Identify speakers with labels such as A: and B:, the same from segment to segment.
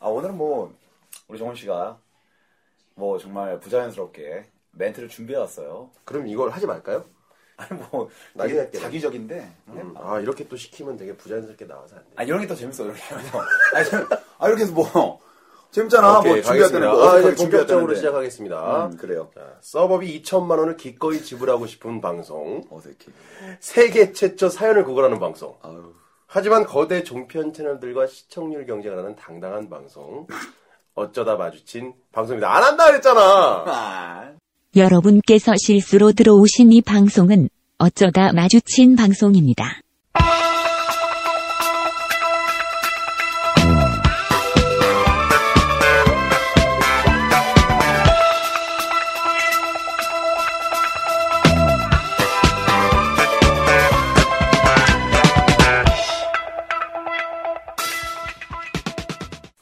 A: 오늘은 뭐 우리 정훈 씨가 뭐 정말 부자연스럽게 멘트를 준비해왔어요.
B: 그럼 이걸 하지 말까요?
A: 아니 뭐
B: 나중에
A: 되게
B: 할게.
A: 자기적인데. 네.
B: 음, 아 이렇게 또 시키면 되게 부자연스럽게 나와서 안 돼.
A: 아 이런 게 더 재밌어 이렇게 하면. 아니, 재- 아 이렇게 해서 뭐 재밌잖아. 뭐 준비했다는 거.
B: 아, 이제
A: 어색하게
B: 본격적으로
A: 준비했다는데.
B: 시작하겠습니다.
A: 음, 그래요.
B: 자, 서버비 2천만 원을 기꺼이 지불하고 싶은 방송.
A: 어색해.
B: 세계 최초 사연을 구걸하는 방송.
A: 아유.
B: 하지만 거대 종편 채널들과 시청률 경쟁을 하는 당당한 방송. 어쩌다 마주친 방송입니다. 안 한다 그랬잖아.
A: 아.
C: 여러분께서 실수로 들어오신 이 방송은 어쩌다 마주친 방송입니다.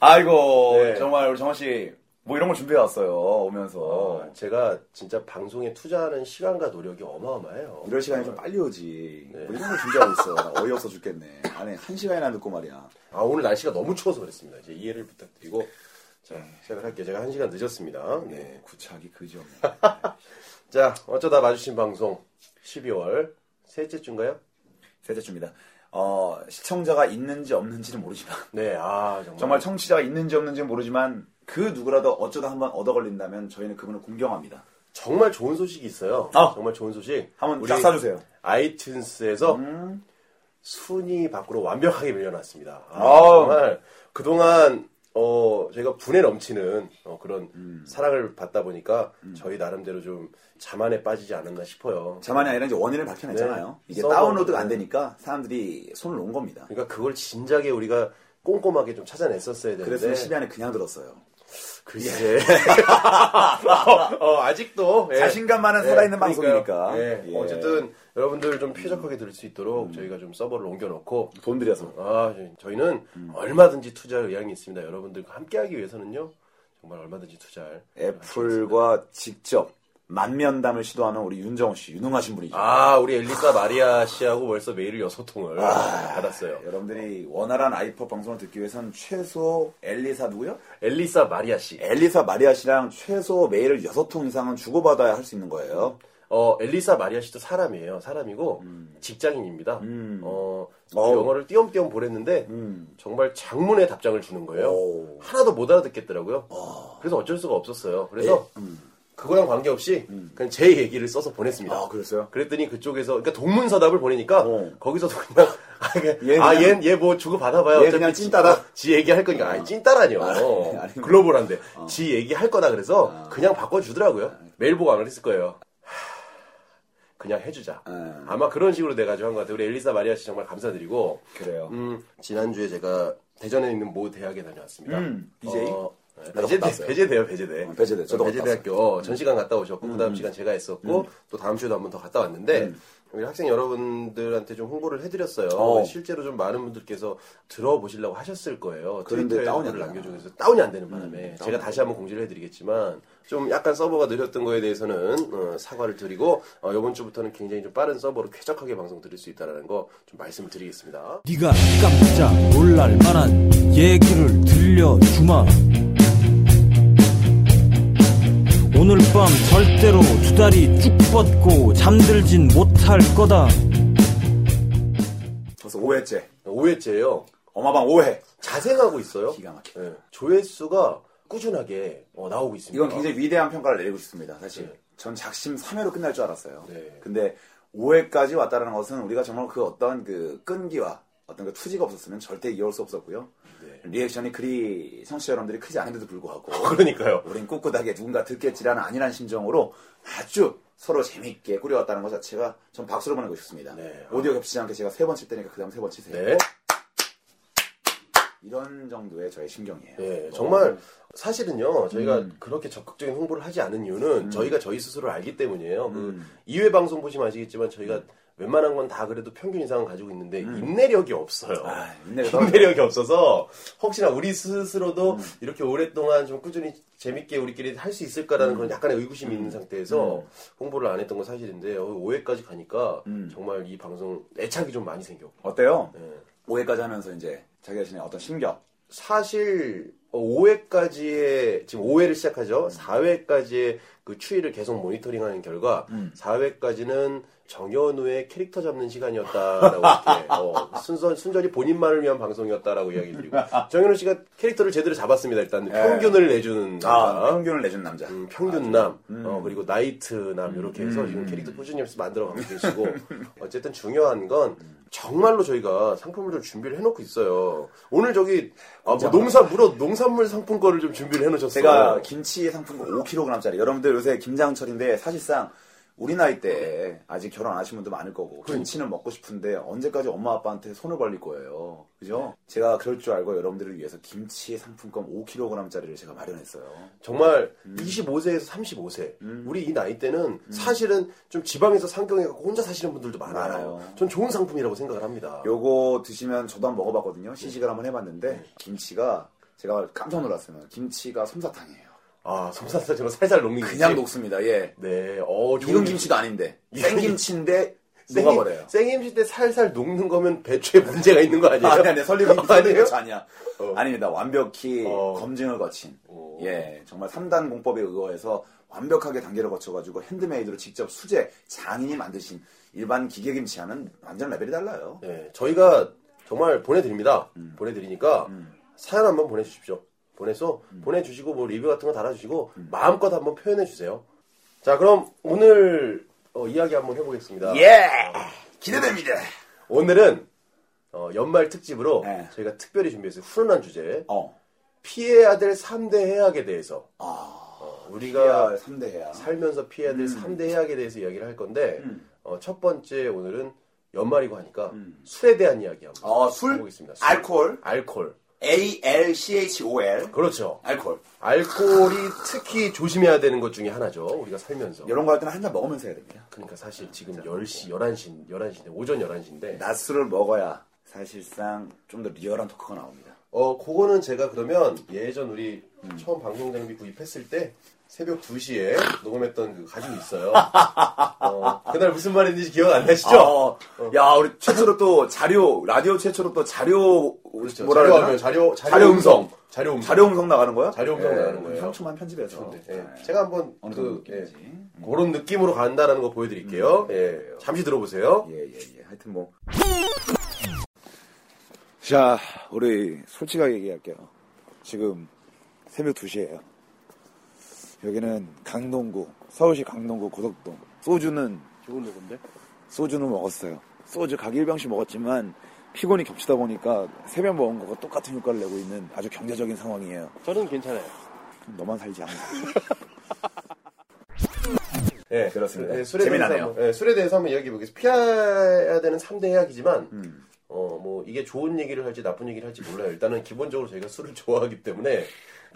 A: 아이고
B: 네.
A: 정말 우리 정원 씨뭐 이런 걸 준비해왔어요 오면서
B: 어, 제가 진짜 방송에 투자하는 시간과 노력이 어마어마해요.
A: 이럴 시간이 좀 빨리 오지
B: 네.
A: 뭐 이런 걸 준비하고 있어 나 어이없어 죽겠네 안에 한 시간이나 늦고 말이야
B: 아 오늘 날씨가 너무 추워서 그랬습니다. 이제 이해를 부탁드리고 자 시작을 할게요. 제가 한 시간 늦었습니다. 네.
A: 구차하기 그지 없네
B: 자 어쩌다 마주친 방송 12월 셋째 주인가요?
A: 셋째 주입니다 어 시청자가 있는지 없는지는 모르지만
B: 네. 아 정말.
A: 정말 청취자가 있는지 없는지는 모르지만 그 누구라도 어쩌다 한번 얻어 걸린다면 저희는 그분을 공경합니다
B: 정말 좋은 소식이 있어요.
A: 아.
B: 정말 좋은 소식.
A: 한번 쫙 싸주세요. 음.
B: 아이튠스에서 순위 밖으로 완벽하게 밀려났습니다. 아,
A: 아우.
B: 정말 그동안 어, 저희가 분에 넘치는 어, 그런
A: 음.
B: 사랑을 받다 보니까 저희 나름대로 좀 자만에 빠지지 않았나 싶어요.
A: 자만이 아니라 이제 원인을 밝혀냈잖아요
B: 네.
A: 이게
B: 서버-
A: 다운로드가 안 되니까 사람들이 손을 놓은 겁니다
B: 그러니까 그걸 진작에 우리가 꼼꼼하게 좀 찾아냈었어야 되는데
A: 그래서 10위 안에 그냥 들었어요 예.
B: 글쎄 어, 어, 아직도
A: 네.
B: 예.
A: 자신감만은 살아있는 방송이니까
B: 예.
A: 예. 음.
B: 어쨌든 여러분들 좀 쾌적하게 들을 수 있도록 저희가 좀 서버를 옮겨놓고
A: 돈 들여서
B: 아, 저희- 저희는
A: 음.
B: 얼마든지 투자할 의향이 있습니다. 여러분들과 함께하기 위해서는요. 정말 얼마든지 투자할.
A: 예. 애플과 직접 만면담을 시도하는 우리 윤정호 씨 유능하신 분이죠.
B: 아, 우리 엘리사 마리아 씨하고 벌써 메일을 여섯 통을
A: 아.
B: 받았어요.
A: 여러분들이 원활한 아이폿 방송을 듣기 위해선 최소 엘리사 누구요?
B: 엘리사 마리아 씨.
A: 엘리사 마리아 씨랑 최소 메일을 6통 이상은 주고받아야 할 수 있는 거예요.
B: 어, 엘리사 마리아 씨도 사람이에요. 사람이고 직장인입니다. 어,
A: 음. 어우. 음.
B: 영어를 띄엄띄엄 보냈는데 정말 장문의 답장을 주는 거예요.
A: 오.
B: 하나도 못 알아듣겠더라고요. 그래서 어쩔 수가 없었어요. 그래서
A: 예. 음.
B: 그거랑 관계없이 그냥 제 얘기를 써서 보냈습니다.
A: 아, 그랬어요?
B: 그랬더니 그쪽에서 그러니까 동문서답을 보내니까
A: 어.
B: 거기서도 그냥 아,
A: 얘
B: 그냥, 아,
A: 그냥-
B: 얘는 얘뭐 주고
A: 얘
B: 받아봐요. 어차피
A: 그냥
B: 지-
A: 찐따다?
B: 지 얘기할 거니까 아니 찐따라뇨.
A: 아니, 어. 아.
B: 글로벌한데 지 얘기할 거다 그래서 그냥 바꿔주더라고요. 메일 보고 안 그랬을 거예요. 하, 그냥 해주자.
A: 음.
B: 아마 그런 식으로 돼가지고 한 것 같아요. 우리 엘리사 마리아 씨 정말 감사드리고.
A: 그래요.
B: 음, 지난주에 제가 대전에 있는 모 대학에 다녀왔습니다.
A: 음, BJ?
B: 어,
A: 나도
B: 배제대,
A: 갔다 왔어요.
B: 배제대요, 배제대.
A: 어, 배제대. 저도 갔다
B: 배제대학교 어, 전 시간 갔다 오셨고, 그 다음 시간 제가 했었고, 또 다음 주에도 한 번 더 갔다 왔는데, 우리 학생 여러분들한테 좀 홍보를 해드렸어요.
A: 어.
B: 실제로 좀 많은 분들께서 들어보시려고 하셨을 거예요.
A: 그런데
B: 트위터에
A: 다운이 안
B: 글을
A: 되나?
B: 남겨주고 해서 다운이 안 되는 바람에 제가 다시 한번 공지를 해드리겠지만 좀 약간 서버가 느렸던 거에 대해서는 어, 사과를 드리고 어, 이번 주부터는 굉장히 좀 빠른 서버로 쾌적하게 방송 드릴 수 있다는 거 좀 말씀을 드리겠습니다.
D: 네가 깜짝 놀랄 만한 얘기를 들려주마 오늘 밤 절대로 두 다리 쭉 뻗고 잠들진 못할 거다
A: 벌써 5회째.
B: 5회째예요.
A: 어마방 5회.
B: 자생하고 있어요.
A: 기가 막혀.
B: 예, 조회수가 꾸준하게 어, 나오고 있습니다.
A: 이건 굉장히 위대한 평가를 내리고 싶습니다. 사실
B: 네.
A: 전 작심 3회로 끝날 줄 알았어요.
B: 네.
A: 근데 5회까지 왔다는 것은 우리가 정말 그 어떤 그 끈기와 어떤 그 투지가 없었으면 절대 이어올 수 없었고요.
B: 네.
A: 리액션이 그리 청취자 여러분들이 크지 않은데도 불구하고
B: 그러니까요.
A: 우린 꿋꿋하게 누군가 듣겠지라는 안일한 심정으로 아주 서로 재미있게 꾸려왔다는 것 자체가 전 박수를 보내고 싶습니다.
B: 네.
A: 오디오 겹치지 않게 제가 세 번 칠 때니까 그 다음 세 번 치세요.
B: 네.
A: 이런 정도의 저의 심경이에요.
B: 예,
A: 너무
B: 정말 사실은요 저희가
A: 음.
B: 그렇게 적극적인 홍보를 하지 않은 이유는 저희가 저희 스스로를 알기 때문이에요.
A: 음.
B: 그 2회 방송 보시면 아시겠지만 저희가 웬만한 건 다 그래도 평균 이상은 가지고 있는데 인내력이 없어요.
A: 음. 아, 인내력이
B: 인내력이, 없어서 혹시나 우리 스스로도 이렇게 오랫동안 좀 꾸준히 재밌게 우리끼리 할 수 있을까라는 그런 약간의 의구심이 있는 상태에서 홍보를 안 했던 건 사실인데 5회까지 가니까 정말 이 방송 애착이 좀 많이 생겼고
A: 어때요?
B: 예.
A: 5회까지 하면서 이제 자기 자신의 어떤 심경
B: 사실 어, 5회까지의 지금 5회를
A: 음.
B: 시작하죠. 4회까지의 그 추이를 계속 모니터링하는 결과
A: 음.
B: 4회까지는 정현우의 캐릭터 잡는 시간이었다라고 이렇게 어, 순선 순전히 본인만을 위한 방송이었다라고 이야기 드리고 정현우 씨가 캐릭터를 제대로 잡았습니다. 일단
A: 예.
B: 평균을 내주는
A: 아,
B: 남자.
A: 평균을 내준 남자.
B: 음,
A: 아,
B: 평균남,
A: 네. 음.
B: 어, 그리고 나이트남, 이렇게 해서 지금 캐릭터 꾸준히 연습 만들어 가고 계시고, 어쨌든 중요한 건, 정말로 저희가 상품을 좀 준비를 해놓고 있어요. 오늘 저기, 아, 뭐 농사, 물어, 농산물 상품권을 좀 준비를 해놓으셨어요.
A: 제가 김치 상품권 5kg짜리. 여러분들 요새 김장철인데 사실상 우리 나이 때 아직 결혼 안 하신 분도 많을 거고 김치는 먹고 싶은데 언제까지 엄마 아빠한테 손을 벌릴 거예요. 그죠? 제가 그럴 줄 알고 여러분들을 위해서 김치 상품권 5kg짜리를 제가 마련했어요.
B: 정말
A: 음.
B: 25세에서 35세 우리 이 나이 때는 사실은 좀 지방에서 상경해 갖고 혼자 사시는 분들도 많아요.
A: 많아요.
B: 전 좋은 상품이라고 생각을 합니다.
A: 요거 드시면 저도 한번 먹어봤거든요. 시식을 한번 해봤는데 김치가 제가 깜짝 놀랐어요. 김치가 솜사탕이에요.
B: 아 솜사탕처럼 살살 녹는
A: 그냥
B: 김치.
A: 녹습니다. 예.
B: 네, 어 좋은
A: 익은 김치도 아닌데 생김치인데 녹아버려요.
B: 생임시 때 살살 녹는 거면 배추에 문제가 있는 거 아니에요?
A: 아니 아니 설립이
B: 어,
A: 설립이
B: 아니에요?
A: 아니야.
B: 어.
A: 아닙니다. 완벽히
B: 어.
A: 검증을 거친.
B: 어.
A: 예, 정말 3단 공법에 의거해서 완벽하게 단계를 거쳐가지고 핸드메이드로 직접 수제 장인이 만드신 일반 기계 김치와는 완전 레벨이 달라요.
B: 네, 저희가 정말 보내드립니다.
A: 음.
B: 보내드리니까 사연 한번 보내주십시오. 보내서
A: 음.
B: 보내주시고 뭐 리뷰 같은 거 달아주시고 마음껏 한번 표현해 주세요. 자, 그럼 오늘 어, 이야기 한번 해보겠습니다.
A: 예, 기대됩니다.
B: 오늘은 어, 연말 특집으로
A: 네.
B: 저희가 특별히 준비했어요. 훈훈한 주제
A: 어,
B: 피해야 될 3대 해악에 대해서
A: 아,
B: 어,
A: 우리가
B: 우리가
A: 3대 해야.
B: 살면서 피해야 될 3대 해악에 대해서 이야기를 할 건데
A: 음.
B: 어, 첫 번째 오늘은 연말이고 하니까
A: 음.
B: 술에 대한 이야기 한번
A: 어, 술,
B: 해보겠습니다. 술,
A: 알코올,
B: 알코올.
A: A L C H O L,
B: 그렇죠.
A: 알코올.
B: 알코올이 특히 조심해야 되는 것 중에 하나죠. 우리가 살면서.
A: 이런 거 할 때는 한 잔 먹으면서 해야 됩니다.
B: 그러니까 사실 지금 10시, 11시, 11시인데 오전 11시인데
A: 낮술을 먹어야 사실상 좀 더 리얼한 토크가 나옵니다.
B: 어, 그거는 제가 그러면 예전 우리 처음 방송 장비 구입했을 때 새벽 2시에 녹음했던 그 가지고 있어요. 어, 그날 무슨 말했는지 기억 안 나시죠?
A: 어, 야, 우리 최초로 또 자료, 라디오 최초로 또 자료,
B: 그렇죠.
A: 뭐라
B: 자료
A: 그러나?
B: 화면, 자료
A: 자료 음성.
B: 자료 음성.
A: 자료 음성 나가는 거야?
B: 자료 음성 나가는 거예요.
A: 형초만 편집해서.
B: 네, 예. 제가 한번
A: 어느
B: 그
A: 정도
B: 예,
A: 느낌인지. 음.
B: 그런 느낌으로 간다라는 거 보여드릴게요. 예, 잠시 들어보세요.
A: 예, 예, 예. 하여튼 뭐. 자, 우리 솔직하게 얘기할게요. 지금 새벽 2시에요. 여기는 강동구, 서울시 강동구 고덕동. 소주는
E: 좋은 누군데?
A: 소주는 먹었어요. 소주 각 1병씩 먹었지만 피곤이 겹치다 보니까 새벽 먹은 거가 똑같은 효과를 내고 있는 아주 경제적인 상황이에요.
E: 저는 괜찮아요.
A: 너만 살지 않아.
B: 예,
A: 그렇습니다.
B: 예, 술에
A: 재미나네요.
B: 대해서 한번, 예, 술에 대해서 한번 이야기해 보겠습니다. 피해야 되는 3대 해악이지만
A: 음.
B: 어, 뭐 이게 좋은 얘기를 할지 나쁜 얘기를 할지 몰라요. 일단은 기본적으로 저희가 술을 좋아하기 때문에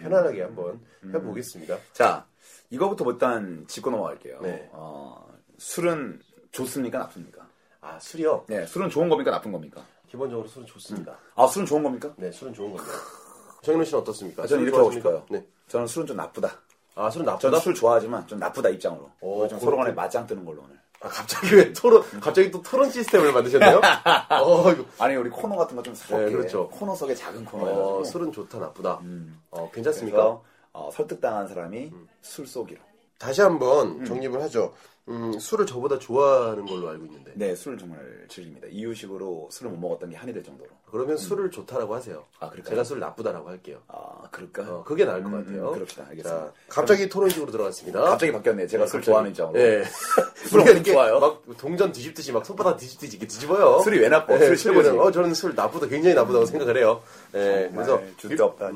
B: 편안하게 한번
A: 음.
B: 해 보겠습니다.
A: 자, 이거부터 일단 짚고 넘어갈게요.
B: 네.
A: 어, 술은 좋습니까? 나쁩니까?
B: 아, 술이요?
A: 네, 술은 좋은 겁니까? 나쁜 겁니까?
B: 기본적으로 술은 좋습니다.
A: 아, 술은 좋은 겁니까?
B: 네, 술은 좋은 겁니다. 정현우 씨는 어떻습니까?
A: 아, 저는
B: 술
A: 이렇게 하고
B: 좋아하십니까?
A: 싶어요.
B: 네.
A: 저는 술은 좀 나쁘다.
B: 아, 술은
A: 저는
B: 나쁘다.
A: 술 좋아하지만 좀 나쁘다 입장으로. 네,
B: 오,
A: 좀
B: 그렇군.
A: 서로 간에 맞짱 뜨는 걸로 오늘.
B: 아, 갑자기 왜 토론 갑자기 또 토론 시스템을 만드셨네요? 어, 이거.
A: 아니, 우리 코너 같은 거 좀 사게
B: 네, 그렇죠.
A: 코너 속의 작은 코너.
B: 어,
A: 어, 술...
B: 술은 좋다 나쁘다.
A: 음.
B: 어, 괜찮습니까?
A: 그래서 어, 설득당한 사람이 술 속이로.
B: 다시 한번 정립을 하죠. 음, 술을 저보다 좋아하는 걸로 알고 있는데.
A: 네, 술을 정말 즐깁니다. 이유식으로 술을 못 먹었던 게 한이 될 정도로.
B: 그러면 술을 좋다라고 하세요.
A: 음. 아, 그럴까요?
B: 제가 술을 나쁘다라고 할게요.
A: 아, 그럴까?
B: 어, 그게 나을 것
A: 음,
B: 같아요.
A: 그럽시다. 알겠습니다.
B: 자, 갑자기 토론식으로 들어갔습니다.
A: 갑자기 바뀌었네. 제가 술 좋아하는 입장으로.
B: 예.
A: 술
B: 우리가
A: 엄청 좋아요.
B: 막 동전 뒤집듯이 막 손바닥 뒤집듯이 이렇게 뒤집어요.
A: 술이 왜 나빠?
B: 예,
A: 술
B: 술이 왜
A: 최고지.
B: 나빠? 어, 저는 술 나쁘다, 굉장히 나쁘다고 생각을 해요.
A: 네,
B: 예, 그래서
A: 줄데 없다.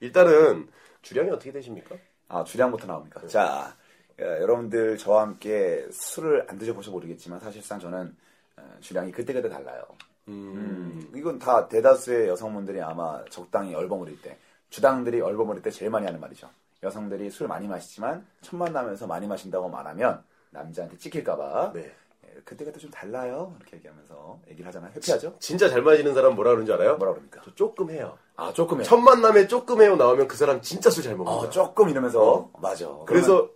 B: 일단은 주량이 어떻게 되십니까?
A: 아, 주량부터 나옵니까? 자, 예, 여러분들 저와 함께 술을 안 드셔보셔 모르겠지만 사실상 저는 어, 주량이 그때그때 달라요. 음, 이건 다 대다수의 여성분들이 아마 적당히 얼버무릴 때, 주당들이 얼버무릴 때 제일 많이 하는 말이죠. 여성들이 술 많이 마시지만 첫 만나면서 많이 마신다고 말하면 남자한테 찍힐까봐
B: 네.
A: 예, 그때그때 좀 달라요. 이렇게 얘기하면서 얘기를 하잖아요. 회피하죠?
B: 진짜 잘 마시는 사람 뭐라 그러는 줄 알아요?
A: 뭐라 그럽니까?
B: 저 조금 해요.
A: 아, 조금 해요.
B: 첫 만남에 조금 해요 나오면 그 사람 진짜 술 잘 먹는다.
A: 어, 조금 이러면서 음. 맞아.
B: 그래서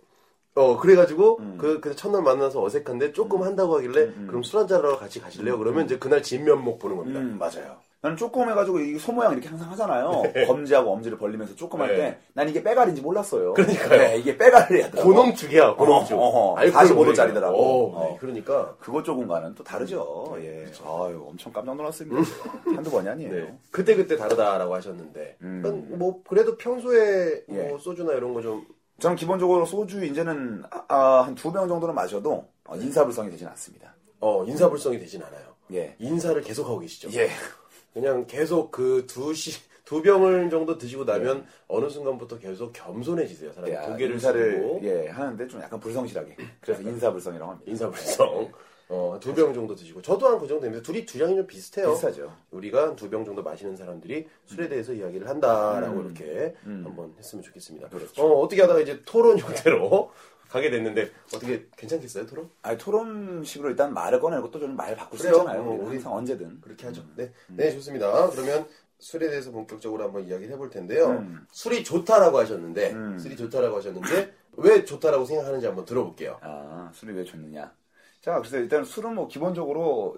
B: 어 그래가지고 그 그래서 첫날 만나서
A: 음.
B: 어색한데 조금 한다고 하길래 그럼 술 한잔하러 같이 가실래요? 그러면 이제 그날 진면목 보는 겁니다.
A: 음, 맞아요. 나는 조금 해가지고 이 소모양 이렇게 항상 하잖아요. 검지하고 엄지를 벌리면서 조금 할 때,
B: 네.
A: 난 이게 빼갈인지 몰랐어요.
B: 그러니까요.
A: 네, 이게 빼갈이야.
B: 고농축이야, 고농축.
A: 어허, 어허.
B: 알코올
A: 45도
B: 오래가.
A: 짜리더라고.
B: 어,
A: 어.
B: 네, 그러니까.
A: 그것 조금과는 또 다르죠.
B: 음,
A: 예. 아유, 엄청 깜짝 놀랐습니다. 한두 번이 아니에요.
B: 네. 그때 그때 다르다라고 하셨는데.
A: 음.
B: 그러니까 뭐 그래도 평소에 뭐
A: 예.
B: 소주나 이런 거 좀.
A: 저는 기본적으로 소주 이제는 아, 한 두 병 정도는 마셔도 어,
B: 네.
A: 인사불성이 되진 않습니다.
B: 어 인사불성이 되진 않아요.
A: 예.
B: 인사를 계속 하고 계시죠.
A: 예.
B: 그냥 계속 그두시두 병을 정도 드시고 나면 어느 순간부터 계속 겸손해지세요. 사람이
A: 예,
B: 네, 고개를
A: 인사를
B: 숙이고 네.
A: 예, 하는데 좀 약간 불성실하게. 그래서 인사불성이라고 합니다.
B: 인사불성. 어, 두 병 정도 드시고 저도 한 그 정도 됩니다. 둘이 주량이 좀 비슷해요.
A: 비슷하죠.
B: 우리가 두 병 정도 마시는 사람들이 술에 대해서 이야기를 한다라고
A: 음.
B: 이렇게 한번 했으면 좋겠습니다.
A: 그렇죠.
B: 어, 어떻게 하다가 이제 토론 형태로 가게 됐는데 어떻게 괜찮겠어요 토론?
A: 아니, 토론식으로 일단 말을 꺼내고 또 저는 말을 바꿀 수
B: 그래요.
A: 있잖아요.
B: 뭐,
A: 우리는
B: 우리-
A: 항상 언제든.
B: 그렇게 하죠. 네,
A: 음.
B: 네 좋습니다. 그러면 술에 대해서 본격적으로 한번 이야기를 해볼 텐데요.
A: 음.
B: 술이 좋다라고 하셨는데 술이 좋다라고 하셨는데 왜 좋다라고 생각하는지 한번 들어볼게요.
A: 아, 술이 왜 좋느냐. 자, 그래서 일단 술은 뭐 기본적으로